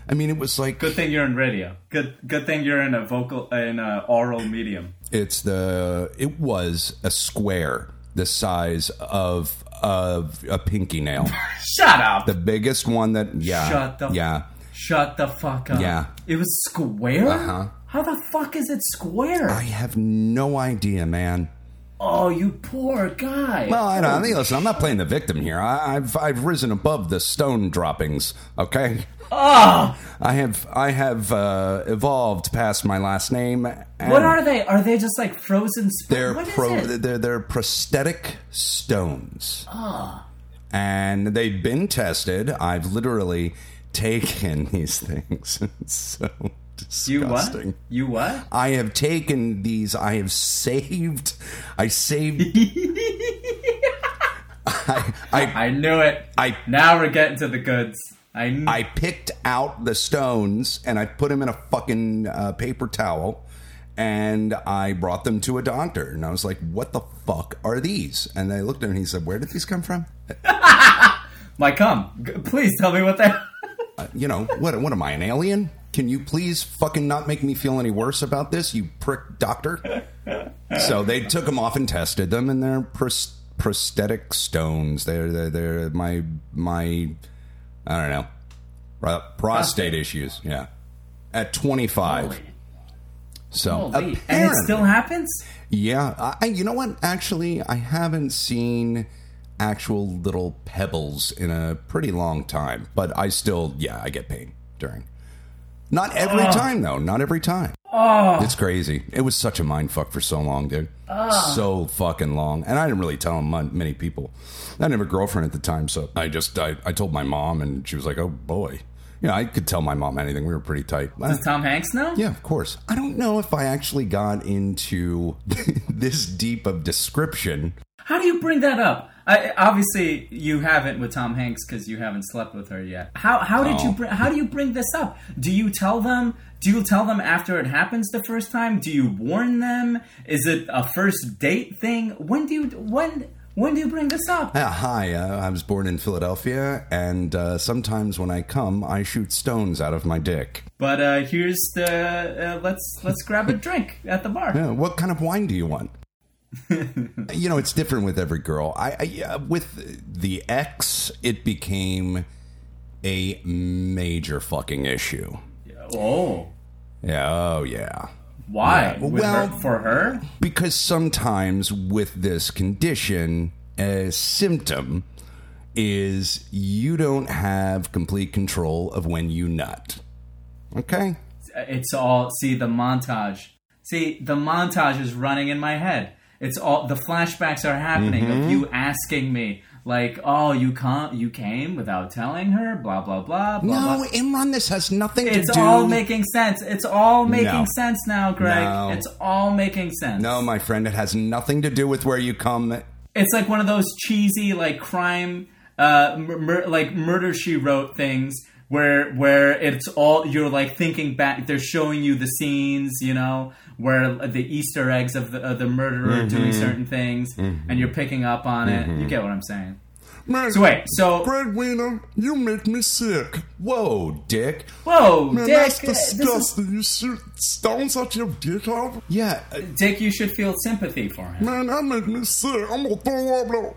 S5: I mean, it was like
S4: Good thing you're in radio. Good good thing you're in a vocal in a oral medium.
S5: it's the it was a square the size of of a pinky nail.
S4: Shut up.
S5: The biggest one that yeah
S4: Shut the-
S5: yeah
S4: Shut the fuck up.
S5: Yeah.
S4: It was square.
S5: Uh-huh.
S4: How the fuck is it square?
S5: I have no idea, man.
S4: oh, you poor guy.
S5: Well, I don't. I mean, listen, I'm not playing the victim here. I, I've I've risen above the stone droppings. Okay.
S4: Ah!
S5: I have I have uh, evolved past my last name. And
S4: What are they? Are they just like frozen? Sp-
S5: They're
S4: what is
S5: pro-
S4: it?
S5: they're they're prosthetic stones.
S4: Ah.
S5: And they've been tested. I've literally taken these things. It's so
S4: you what?
S5: disgusting.
S4: You what?
S5: I have taken these. I have saved. I saved. I, I
S4: I knew it.
S5: I-
S4: now we're getting to the goods. I kn-
S5: I picked out the stones and I put them in a fucking uh, paper towel, and I brought them to a doctor. And I was like, "What the fuck are these?" And I looked at him and he said, "Where did these come from?"
S4: my cum. G- Please tell me what that.
S5: You know what? What am I, an alien? Can you please fucking not make me feel any worse about this, you prick doctor? so they took them off and tested them, and they're pros- prosthetic stones. They're, they're they're my my I don't know pro- prostate, issues. Yeah, at twenty five. So
S4: Holy. And it
S5: apparently-
S4: still happens.
S5: yeah, I, I- you know what? Actually, I haven't seen actual little pebbles in a pretty long time, but I still, yeah, I get pain during. Not every time though. Not every time. It's crazy. It was such a mind fuck for so long, dude. So fucking long, and I didn't really tell mon- many people. I didn't have a girlfriend at the time, so I just I, I told my mom, and she was like, "Oh boy." Yeah, I could tell my mom anything. We were pretty tight.
S4: Does Tom Hanks know?
S5: Yeah, of course. I don't know if I actually got into this deep of description.
S4: How do you bring that up? I, obviously, you haven't with Tom Hanks because you haven't slept with her yet. How how did
S5: Oh.
S4: you bring how do you bring this up? Do you tell them? Do you tell them after it happens the first time? Do you warn them? Is it a first date thing? When do you when when do you bring this up?
S5: Yeah, hi, uh, I was born in Philadelphia, and uh, sometimes when I come, I shoot stones out of my dick.
S4: But uh, here's the uh, let's let's grab a drink at the bar.
S5: Yeah, Uh, what kind of wine do you want? you know, it's different with every girl. I, I yeah, with the ex, it became a major fucking issue.
S4: Oh,
S5: Yeah, oh yeah.
S4: why? With
S5: well-
S4: her, for her,
S5: Because sometimes with this condition, a symptom is you don't have complete control of when you nut. Okay?
S4: it's all see the montage. See the montage is running in my head. It's all the flashbacks are happening
S5: Mm-hmm.
S4: of you asking me like, "Oh, you can you came without telling her?" Blah blah blah. blah
S5: No,
S4: blah.
S5: Imran, this has nothing
S4: It's
S5: to do.
S4: all making sense. It's all making
S5: No.
S4: sense now, Greg.
S5: No.
S4: It's all making sense.
S5: no, my friend, it has nothing to do with where you come.
S4: it's like one of those cheesy like crime uh mur- like murder she wrote things where where it's all you're like thinking back they're showing you the scenes you know where the easter eggs of the, of the murderer doing
S5: Mm-hmm.
S4: certain things and you're picking up on it you get what i'm saying
S3: Man,
S4: so wait so
S3: Greg Wiener, you make me sick.
S5: Whoa, dick.
S4: whoa
S3: Man,
S4: dick
S3: that's
S4: uh, this is-
S3: disgusting. You shoot stones out your dick off?
S5: Yeah, uh,
S4: dick you should feel sympathy for him
S3: Man, that make me sick. I'm gonna throw up though.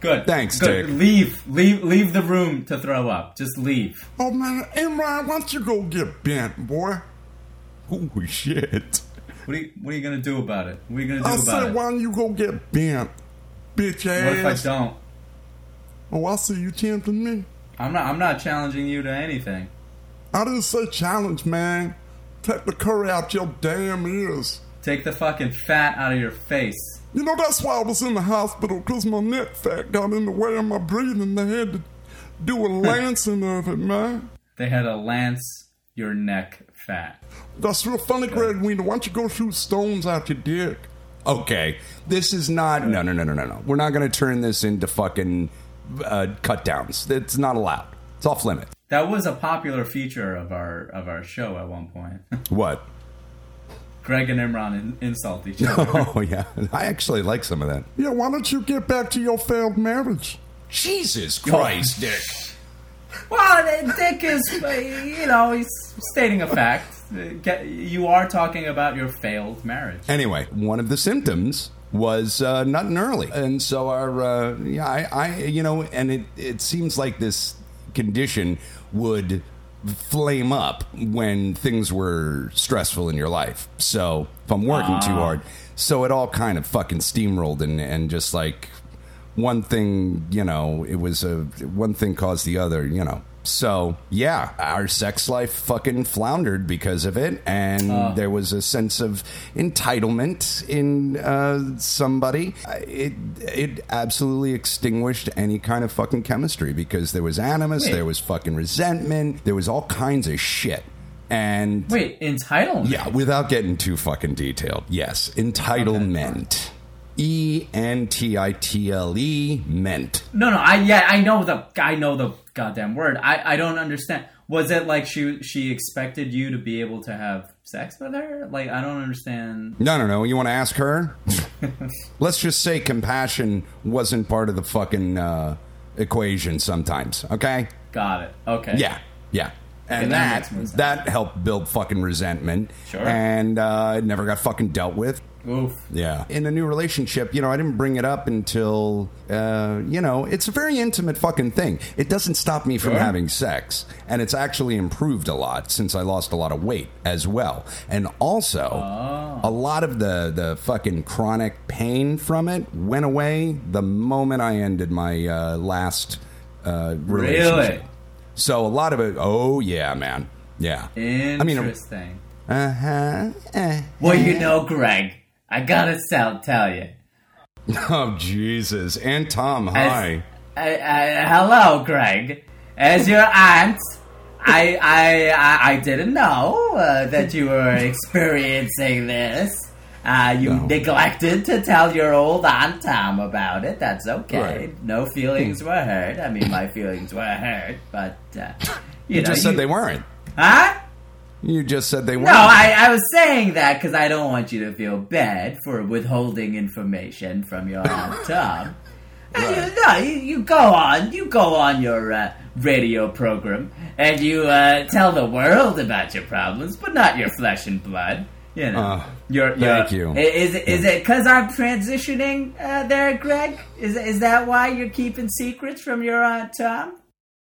S4: good
S5: Thanks,
S4: good
S5: Dick.
S4: leave leave leave the room to throw up just leave
S3: Oh man, Imran, why don't you go get bent, boy?
S5: holy shit.
S4: what are you what are you gonna do about it what are you gonna do
S3: I
S4: about
S3: said,
S4: it
S3: why don't you go get bent, bitch
S4: what if i
S3: ass?
S4: don't
S3: oh, I see you tempting me.
S4: I'm not. I'm not challenging you to anything.
S3: I didn't say challenge, man. Take the curry out your damn ears.
S4: Take the fucking fat out of your face.
S3: You know, that's why I was in the hospital, because my neck fat got in the way of my breathing. They had to do a lancing of it, man.
S4: They had to lance your neck fat.
S3: That's real funny, Greg Wiener. Why don't you go shoot stones out your dick?
S5: Okay, this is not. No, no, no, no, no, no. We're not going to turn this into fucking uh, cut downs. It's not allowed. It's off limit.
S4: That was a popular feature of our of our show at one point.
S5: What?
S4: Greg and Imran in, insult each other.
S5: Oh, yeah. I actually like some of that.
S3: Yeah, why don't you get back to your failed marriage?
S5: Jesus Christ, Dick.
S4: well, Dick is, uh, you know, he's stating a fact. Uh, Get, you are talking about your failed marriage.
S5: Anyway, one of the symptoms was uh, nutting early, and so our uh, yeah, I, I you know, and it it seems like this condition would flame up when things were stressful in your life. So if I'm working too hard, so it all kind of fucking steamrolled and and just like one thing, you know, it was a one thing caused the other, you know. So yeah, our sex life fucking floundered because of it, and there was a sense of entitlement in uh, somebody. I- It it absolutely extinguished any kind of fucking chemistry because there was animus,
S4: Wait.
S5: there was fucking resentment, there was all kinds of shit, and
S4: Wait, entitlement.
S5: yeah, without getting too fucking detailed. Yes, entitlement. E N T I T L E meant.
S4: No, no, I yeah, I know the I know the goddamn word. I I don't understand. Was it like she she expected you to be able to have sex with her? Like I don't understand.
S5: No, no, no. You want to ask her? Let's just say compassion wasn't part of the fucking uh, equation sometimes. Okay.
S4: Got it. Okay.
S5: Yeah, yeah. And
S4: Okay, that
S5: that
S4: makes more sense.
S5: that helped build fucking resentment.
S4: Sure.
S5: And uh, it never got fucking dealt with.
S4: Oof.
S5: Yeah. In a new relationship, you know, I didn't bring it up until, uh, you know, it's a very intimate fucking thing. It doesn't stop me from
S4: Sure.
S5: having sex. And it's actually improved a lot since I lost a lot of weight as well. And also,
S3: Oh.
S5: a lot of the, the fucking chronic pain from it went away the moment I ended my uh, last uh, relationship.
S4: Really?
S5: So a lot of it, oh, yeah, man. Yeah. um,
S4: Interesting.
S5: uh huh. Uh.
S4: well, you know, Greg, I gotta sell, tell you.
S5: Oh, Jesus. And Tom,
S4: As-
S5: hi.
S4: I, I, Uh, hello, Greg. As your aunt, I I I, I didn't know uh, that you were experiencing this. Uh, you
S5: No.
S4: neglected to tell your old Aunt Tom about it. That's okay.
S5: Right. Hmm.
S4: No feelings were hurt. I mean, my feelings were hurt, but uh, you,
S5: You
S4: know,
S5: just said
S4: you-
S5: they weren't.
S4: Huh?
S5: You just said they weren't.
S4: No, I, I was saying that because I don't want you to feel bad for withholding information from your aunt Tom. And you, no, you, you go on, you go on your uh, radio program, and you uh, tell the world about your problems, but not your flesh and blood. You know,
S5: Uh,
S4: your,
S5: thank
S4: your-
S5: you.
S4: i- Is it- is it because I'm transitioning uh, there, Greg? Is is that why you're keeping secrets from your aunt Tom?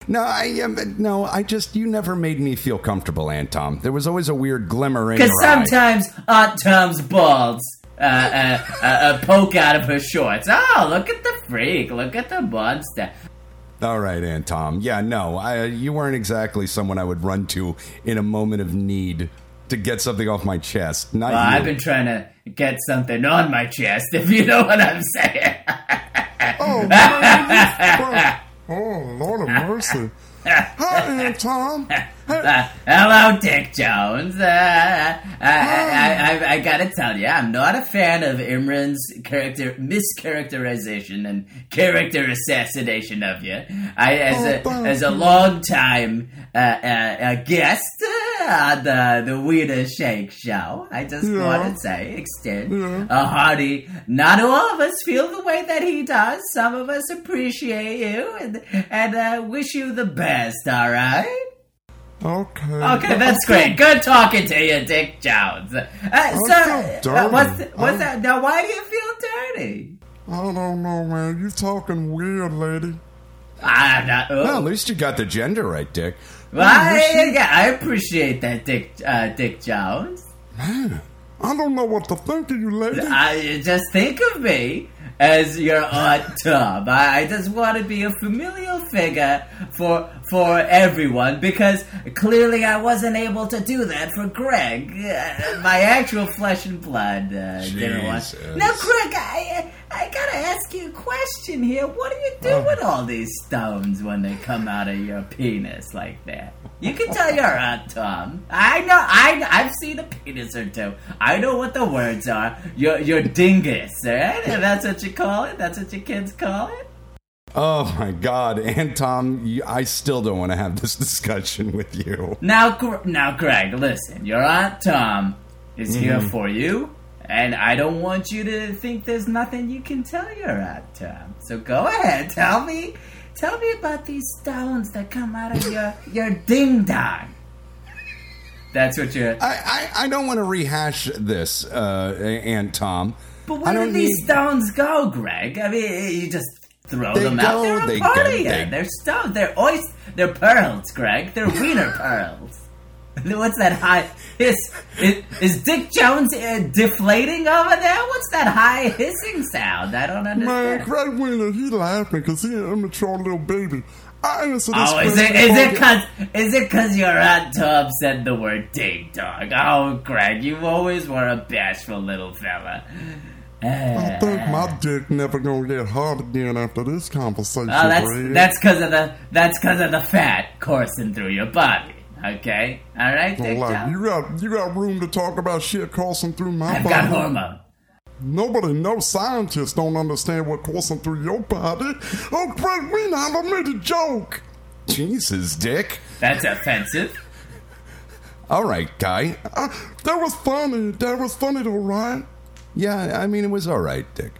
S5: No, I um, no, I just you never made me feel comfortable, Aunt Tom. There was always a weird glimmer in your
S4: Because
S5: eye.
S4: sometimes Aunt Tom's balls uh, uh, uh, uh, poke out of her shorts. Oh, look at the freak! Look at the monster!
S5: All right, Aunt Tom. Yeah, no, I, uh, you weren't exactly someone I would run to in a moment of need to get something off my chest. Not
S4: Well, I've
S5: you.
S4: been trying to get something on my chest, if you know what I'm saying.
S3: Oh, man, you- oh, Lord of mercy. Hi, Aunt Tom. Hey,
S4: Uh, hello, Dick Jones. Uh, I, I, I, I gotta tell you, I'm not a fan of Imran's character mischaracterization and character assassination of you. I, as a
S3: Oh,
S4: as a long time uh, uh, uh, guest uh, on the the Wiener Shake show, I just
S3: Yeah.
S4: want to say, extend
S3: Yeah.
S4: a hearty. Not all of us feel the way that he does. Some of us appreciate you and and uh, wish you the best. All right.
S3: okay. Oh,
S4: Okay, that's great. Good talking to you, Dick Jones. Uh, so,
S3: so
S4: uh, what's,
S3: dirty.
S4: what's
S3: Oh.
S4: that? Now, why do you feel dirty?
S3: I don't know, man. You talking weird, lady.
S4: I'm not. ooh.
S5: Well, at least you got the gender right, Dick.
S4: well, I, yeah, I appreciate that, Dick uh, Dick Jones.
S3: I don't know what to think of you, lady.
S4: I just think of me as your aunt Tom. I, I just want to be a familial figure for for everyone because clearly I wasn't able to do that for Greg. Uh, my actual flesh and blood uh, didn't want.
S5: Jesus.
S4: Now, Greg, I I gotta ask you a question here. What do you do with all these stones when they come out of your penis like that? You can tell your aunt Tom. I know. I I've seen a penis or two. I know what the words are. Your your dingus, right? If that's what you call it. That's what your kids call it.
S5: Oh my God, Aunt Tom, you, I still don't want to have this discussion with you.
S4: Now, Gr- now, Greg, listen. Your aunt Tom is here for you, and I don't want you to think there's nothing you can tell your aunt Tom. So go ahead, tell me, tell me about these stones that come out of your your ding dong. That's what you're.
S5: I, I, I don't want to rehash this, uh, Aunt Tom.
S4: But
S5: I
S4: where
S5: don't
S4: did these
S5: need-
S4: stones go, Greg? I mean, you just throw
S5: They
S4: them
S5: go,
S4: out. They're a
S5: they
S4: part
S5: go,
S4: of you.
S5: they-
S4: They're stones. They're oyster. They're pearls, Greg. They're wiener pearls. What's that high hiss? Is, is Dick Jones uh, deflating over there? What's that high hissing sound? I don't
S3: Man,
S4: understand.
S3: Craig Wiener, he laughing because he an immature little baby. I answer this
S4: Oh, is it
S3: question
S4: is it
S3: for
S4: cause is it cause your aunt Tom said the word ding dong? Oh, Greg, you always were a bashful little fella.
S3: you.
S5: Oh,
S3: I think my dick never gonna get hard again after this conversation.
S4: Oh, that's
S3: Greg.
S4: that's because of the that's because of the fat coursing through your body. Okay, all right, Dick
S3: like,
S4: Jones?
S3: you got you got room to talk about shit crossing through my
S4: I've
S3: body.
S4: got hormone.
S3: Nobody, no scientists don't understand what coursing through your body. Oh, Craig Wiener, I made a joke.
S5: Jesus, Dick.
S4: That's offensive.
S5: All right, guy.
S3: Uh, that was funny. That was funny, though, right?
S5: Yeah, I mean, it was all right, Dick.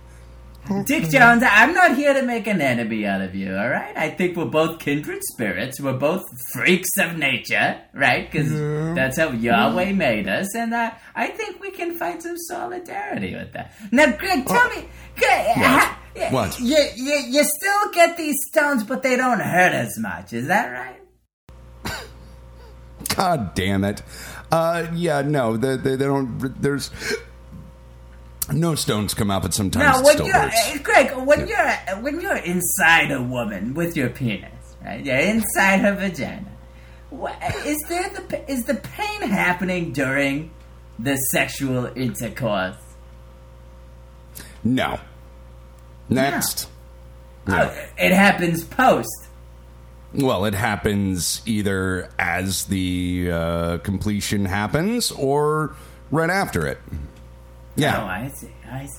S4: Dick Jones, I'm not here to make an enemy out of you. All right, I think we're both kindred spirits. We're both freaks of nature, right? Because that's how Yahweh made us, and uh, I think we can find some solidarity with that. Now, Greg, tell me, Greg, ha-
S5: What?
S4: You, you you still get these stones, but they don't hurt as much. Is that right?
S5: God Ah, damn it. Uh, yeah, no, they, they, they don't. There's no stones come out, but sometimes
S4: Now,
S5: it
S4: when
S5: still
S4: you're
S5: hurts.
S4: uh, Greg, when you're eh, when you're inside a woman with your penis, right? You're inside her vagina. Wha- eh, Is there the pa- is the pain happening during the sexual intercourse?
S5: No. Next. No.
S4: Oh, It happens post.
S5: Well, it happens either uh, as the uh, completion happens or right after it.
S4: Oh, I see. I see.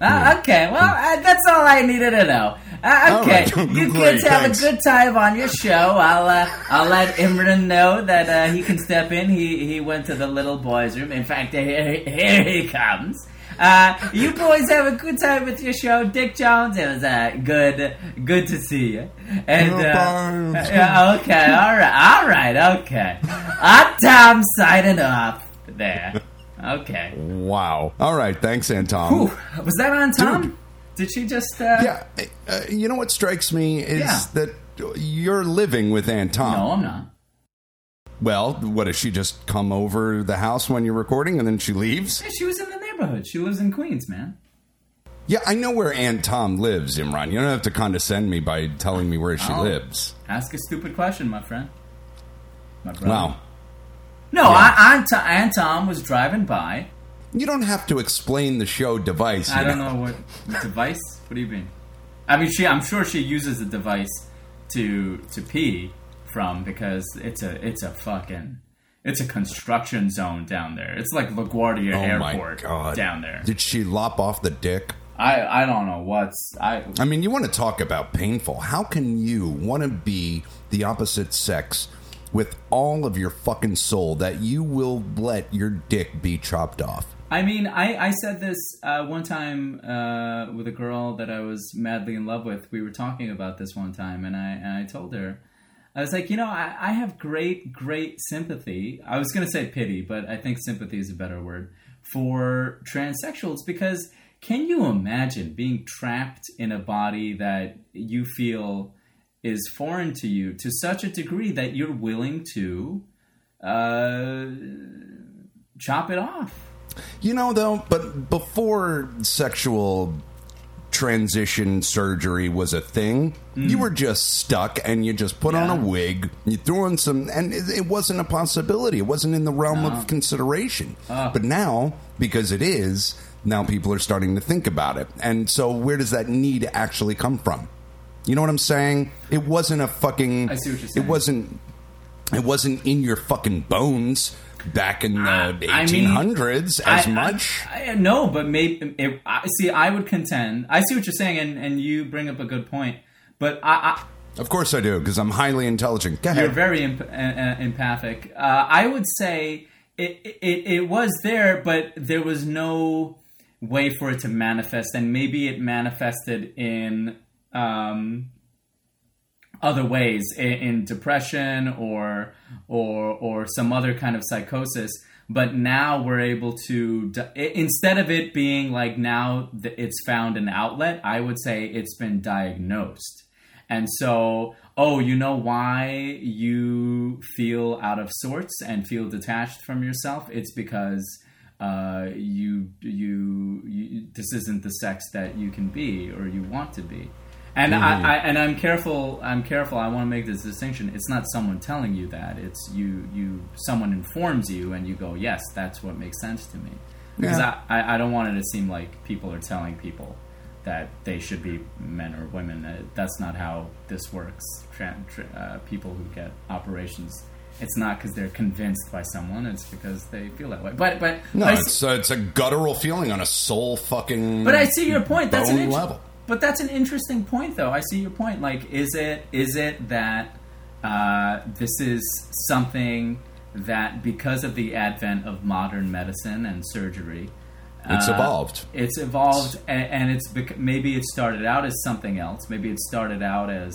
S4: Ah, okay, well, uh, that's all I needed to know. Uh,
S5: All
S4: okay,
S5: right.
S4: you
S5: Great,
S4: kids have
S5: thanks.
S4: a good time on your show. I'll uh, I'll let Imran know that uh, he can step in. He he went to the little boys' room. In fact, here, he- here he comes. Uh, you boys have a good time with your show, Dick Jones. It was uh, good good to see you. And uh,
S3: Goodbye.
S4: yeah, okay, all right, all right, okay. I'm Tom signing off there. Okay.
S5: Wow. All right. Thanks, Anton.
S4: Ooh, was that on Tom? Did she just? Uh,
S5: Yeah. Uh, you know what strikes me is
S4: Yeah.
S5: that you're living with Anton.
S4: No, I'm not.
S5: Well, what does she just come over the house when you're recording and then she leaves?
S4: Yeah, she was in the neighborhood. She lives in Queens, man.
S5: Yeah, I know where Aunt Tom lives, Imran. You don't have to condescend me by telling me where she
S4: Oh.
S5: lives.
S4: Ask a stupid question, my friend. My brother.
S5: Wow.
S4: No, I, Aunt, To- Aunt Tom was driving by.
S5: You don't have to explain the show device.
S4: I
S5: you
S4: don't know what device. What do you mean? I mean, she. I'm sure she uses a device to to pee from because it's a it's a fucking it's a construction zone down there. It's like LaGuardia
S5: Oh my
S4: Airport
S5: God.
S4: down there.
S5: Did she lop off the dick?
S4: I I don't know what's I.
S5: I mean, you want to talk about painful. How can you want to be the opposite sex with all of your fucking soul that you will let your dick be chopped off?
S4: I mean, I, I said this uh, one time uh, with a girl that I was madly in love with. We were talking about this one time, and I and I told her, I was like, you know, I, I have great, great sympathy. I was going to say pity, but I think sympathy is a better word for transsexuals because can you imagine being trapped in a body that you feel is foreign to you to such a degree that you're willing to uh, chop it off?
S5: You know, though, but before sexual transition surgery was a thing,
S4: Mm.
S5: you were just stuck and you just put on a wig, you threw on some, and it, it wasn't a possibility. It wasn't in the realm of consideration.
S4: Ah.
S5: But now, because it is, now people are starting to think about it. And so, where does that need actually come from? You know what I'm saying? It wasn't a fucking.
S4: I see what you're
S5: It
S4: saying.
S5: wasn't. It wasn't in your fucking bones back in the
S4: I mean,
S5: 1800s as
S4: I-
S5: much.
S4: I, I- no, but maybe if I see. I would contend. I see what you're saying, and, and you bring up a good point. But I,
S5: Of course I do, because I'm highly intelligent. Go
S4: I you're
S5: ahead.
S4: very imp- uh, uh, empathic. Uh, I would say it, it it was there, but there was no way for it to manifest, and maybe it manifested in um, other ways in, in depression or or or some other kind of psychosis but now we're able to di- i- instead of it being like now th- it's found an outlet i would say it's been diagnosed and so oh you know why you feel out of sorts and feel detached from yourself it's because uh, you, you you this isn't the sex that you can be or you want to be and I, I and I'm careful. I'm careful. I want to make this distinction. It's not someone telling you that. It's you. You someone informs you, and you go, "Yes, that's what makes sense to me." Because I, I, I don't want it to seem like people are telling people that they should be men or women. Uh, That's not how this works. Tra- tra- uh, people who get operations, it's not because they're convinced by someone. It's because they feel that way. But but
S5: no,
S4: but I s-
S5: it's, uh, it's a guttural feeling on a soul fucking.
S4: but I see your point. That's an
S5: Mm. bone
S4: int-
S5: level.
S4: But that's an interesting point, though. I see your point. Like, is it is it that uh, this is something that because of the advent of modern medicine and surgery,
S5: It's
S4: uh,
S5: evolved.
S4: It's evolved, and, and it's bec- maybe it started out as something else. Maybe it started out as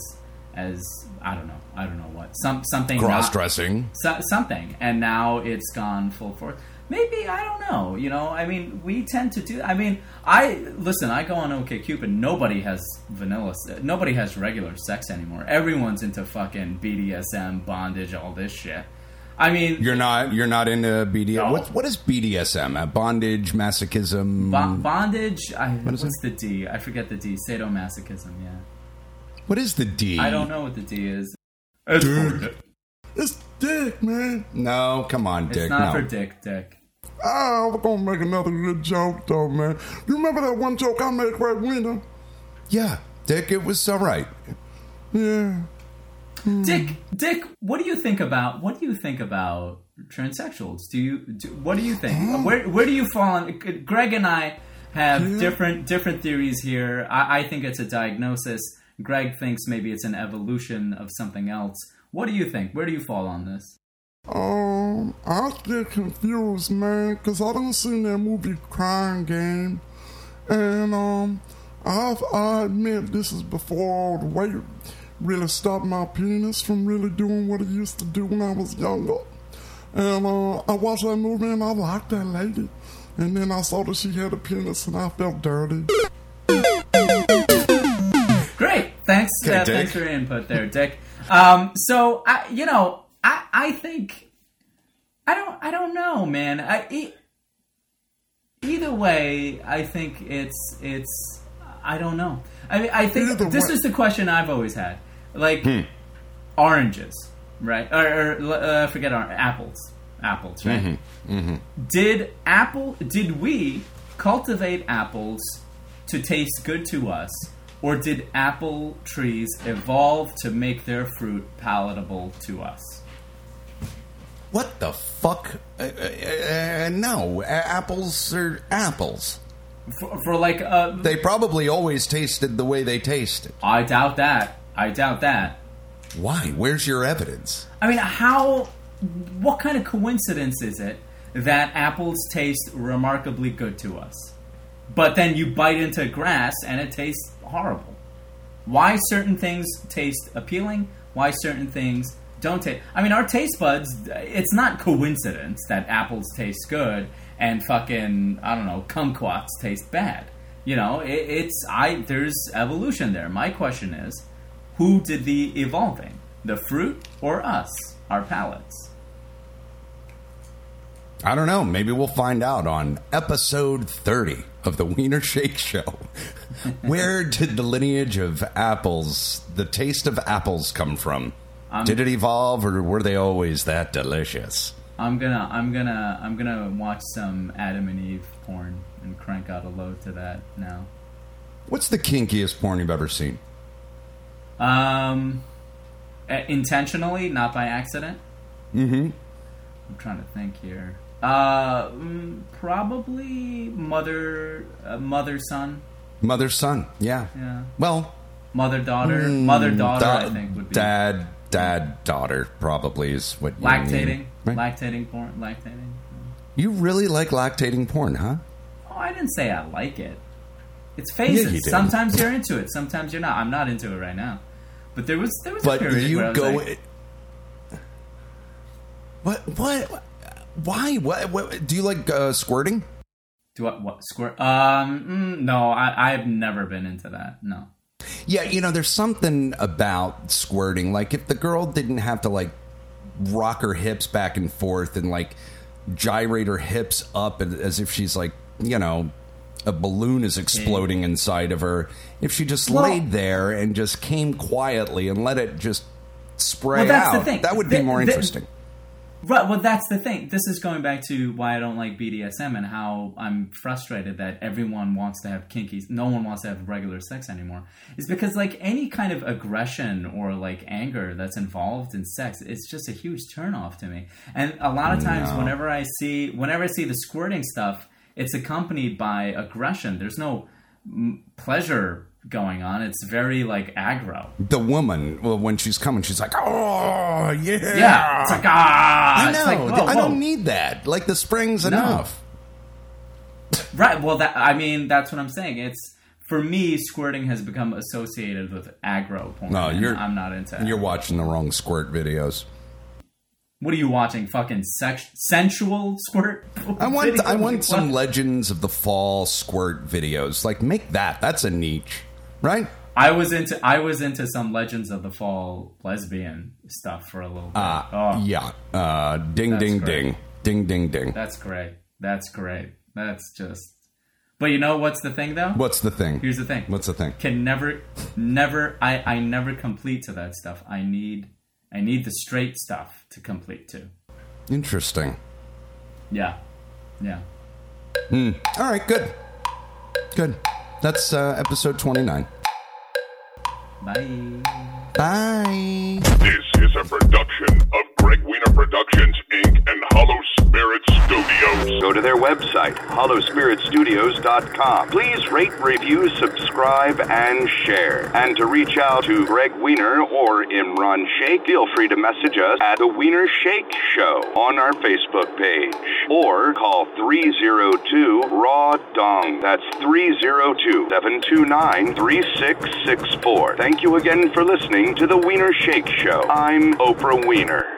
S4: as I don't know. I don't know what some something not-
S5: Cross dressing.
S4: so, something, and now it's gone full force. Maybe I don't know. You know, I mean, we tend to do. I mean, I listen. I go on OKCupid. Nobody has vanilla. se- Nobody has regular sex anymore. Everyone's into fucking BDSM, bondage, all this shit. I mean,
S5: You're not. You're not into BDSM.
S4: No.
S5: What, what is BDSM? Uh, bondage, masochism.
S4: bo- bondage. I, what is
S5: is
S4: what's the D? I forget the D. Sadomasochism. Yeah,
S5: what is the D?
S4: I don't know what the D is.
S3: It's dick, man.
S5: No, come on,
S4: It's
S5: Dick.
S4: not
S5: no. Oh,
S4: for dick. Dick.
S3: I was gonna make another good joke though, man. You remember that one joke I made right window?
S5: Yeah, Dick. It was all right.
S3: Yeah.
S4: Dick, Dick, what do you think about what do you think about transsexuals? Do you do, what do you think? Where where do you fall on? Greg and I have different different theories here. I, I think it's a diagnosis. Greg thinks maybe it's an evolution of something else. What do you think? Where do you fall on this?
S3: Um, I get confused, man, because I don't seen that movie Crime Game. And, um, I've, I admit this is before the weight really stopped my penis from really doing what it used to do when I was younger. And, uh, I watched that movie and I liked that lady. And then I saw that she had a penis and I felt dirty.
S4: Great. Thanks.
S5: Okay,
S4: uh, thanks
S5: Dick.
S4: for your input there, Dick. Um, so I, you know, I, I think, I don't, I don't know, man. I, e- either way, I think it's, it's, I don't know. I mean, I think
S3: Either
S4: this
S3: way-
S4: is the question I've always had, like oranges, right? Or, or uh, forget our apples, apples, right? Did apple? Did we cultivate apples to taste good to us, or did apple trees evolve to make their fruit palatable to us?
S5: What the fuck? Uh, uh, uh, no, A- apples are apples.
S4: For, for like, uh,
S5: They probably always tasted the way they tasted.
S4: I doubt that. I doubt that.
S5: Why? Where's your evidence?
S4: I mean, how? What kind of coincidence is it that apples taste remarkably good to us, but then you bite into grass and it tastes horrible? Why certain things taste appealing? Why certain things don't taste? I mean, our taste buds. It's not coincidence that apples taste good and fucking I don't know kumquats taste bad. You know, it, it's I. There's evolution there. My question is, who did the evolving? The fruit or us? Our palates.
S5: I don't know. Maybe we'll find out on episode 30 of the Wiener Shake Show. Where did the lineage of apples, the taste of apples, come from? did it evolve, or were they always that delicious?
S4: I'm gonna, I'm gonna, I'm gonna watch some Adam and Eve porn and crank out a load to that now.
S5: What's the kinkiest porn you've ever seen?
S4: Um, uh, intentionally, not by accident. Mm-hmm. I'm trying to think here. Uh, mm, probably mother, uh, mother, son,
S5: Mother son, yeah.
S4: Yeah.
S5: Well,
S4: mother, daughter, mother, daughter. I
S5: Hmm, da-
S4: think would be
S5: dad, dad, daughter probably is what you
S4: lactating,
S5: mean, right?
S4: lactating porn, lactating.
S5: you really like lactating porn, huh?
S4: Oh, I didn't say I like it. It's phases.
S5: you did.
S4: sometimes you're into it, sometimes you're not. I'm not into it right now. But there was there was a
S5: But
S4: period where I
S5: you
S4: was
S5: go.
S4: like,
S5: what? What? Why? What? what do you like uh, squirting?
S4: do I what squirt? Um, mm, no, I I've never been into that. No.
S5: Yeah, you know, there's something about squirting. Like, if the girl didn't have to like rock her hips back and forth and like gyrate her hips up and- as if she's like, you know, a balloon is exploding
S4: Mm.
S5: inside of her. If she just laid there and just came quietly and let it just spray
S4: Well, that's the
S5: out,
S4: thing.
S5: that would
S4: The-
S5: be more
S4: the-
S5: interesting.
S4: Right. Well, that's the thing. This is going back to why I don't like BDSM and how I'm frustrated that everyone wants to have kinkies. No one wants to have regular sex anymore. Is because like any kind of aggression or like anger that's involved in sex, it's just a huge turnoff to me. And a lot of times, whenever I see whenever I see the squirting stuff, it's accompanied by aggression. There's no mm, pleasure going on. It's very like aggro.
S5: The woman, well, when she's coming, she's like, oh, yeah.
S4: Yeah. It's like ah.
S5: I
S4: it's
S5: know.
S4: like, whoa,
S5: I
S4: whoa.
S5: don't need that. Like, the spring's enough.
S4: Right. Well, that I mean, that's what I'm saying. It's for me, squirting has become associated with aggro porn.
S5: No,
S4: and
S5: you're-
S4: I'm not into.
S5: You're
S4: it.
S5: watching the wrong squirt videos.
S4: What are you watching? Fucking sex, sensual squirt.
S5: I want
S4: video?
S5: I want some
S4: What?
S5: Legends of the Fall squirt videos. Like make that. That's a niche, right?
S4: I was into. I was into some Legends of the Fall lesbian stuff for a little bit.
S5: Uh,
S4: oh,
S5: Yeah. Uh, ding
S4: That's
S5: ding
S4: great.
S5: ding ding ding ding.
S4: that's great. That's great. That's just. But you know what's the thing though?
S5: What's the thing?
S4: Here's the thing.
S5: What's the thing?
S4: can never never I, I never complete to that stuff. I need I need the straight stuff to complete to.
S5: Interesting.
S4: Yeah. Yeah.
S5: All right. Good. Good. That's uh, episode twenty nine.
S4: Bye.
S5: Bye.
S8: This is a production of Greg Wiener Productions, Inc. and Hollow Spirit Studios.
S2: Go to their website, hollowspiritstudios.com. Please rate, review, subscribe, and share. And to reach out to Greg Wiener or Imran Sheikh, feel free to message us at The Wiener Shake Show on our Facebook page. Or call 302 Raw Dong. That's 302 729 3664. Thank you again for listening to The Wiener Shake Show. I'm Oprah Wiener.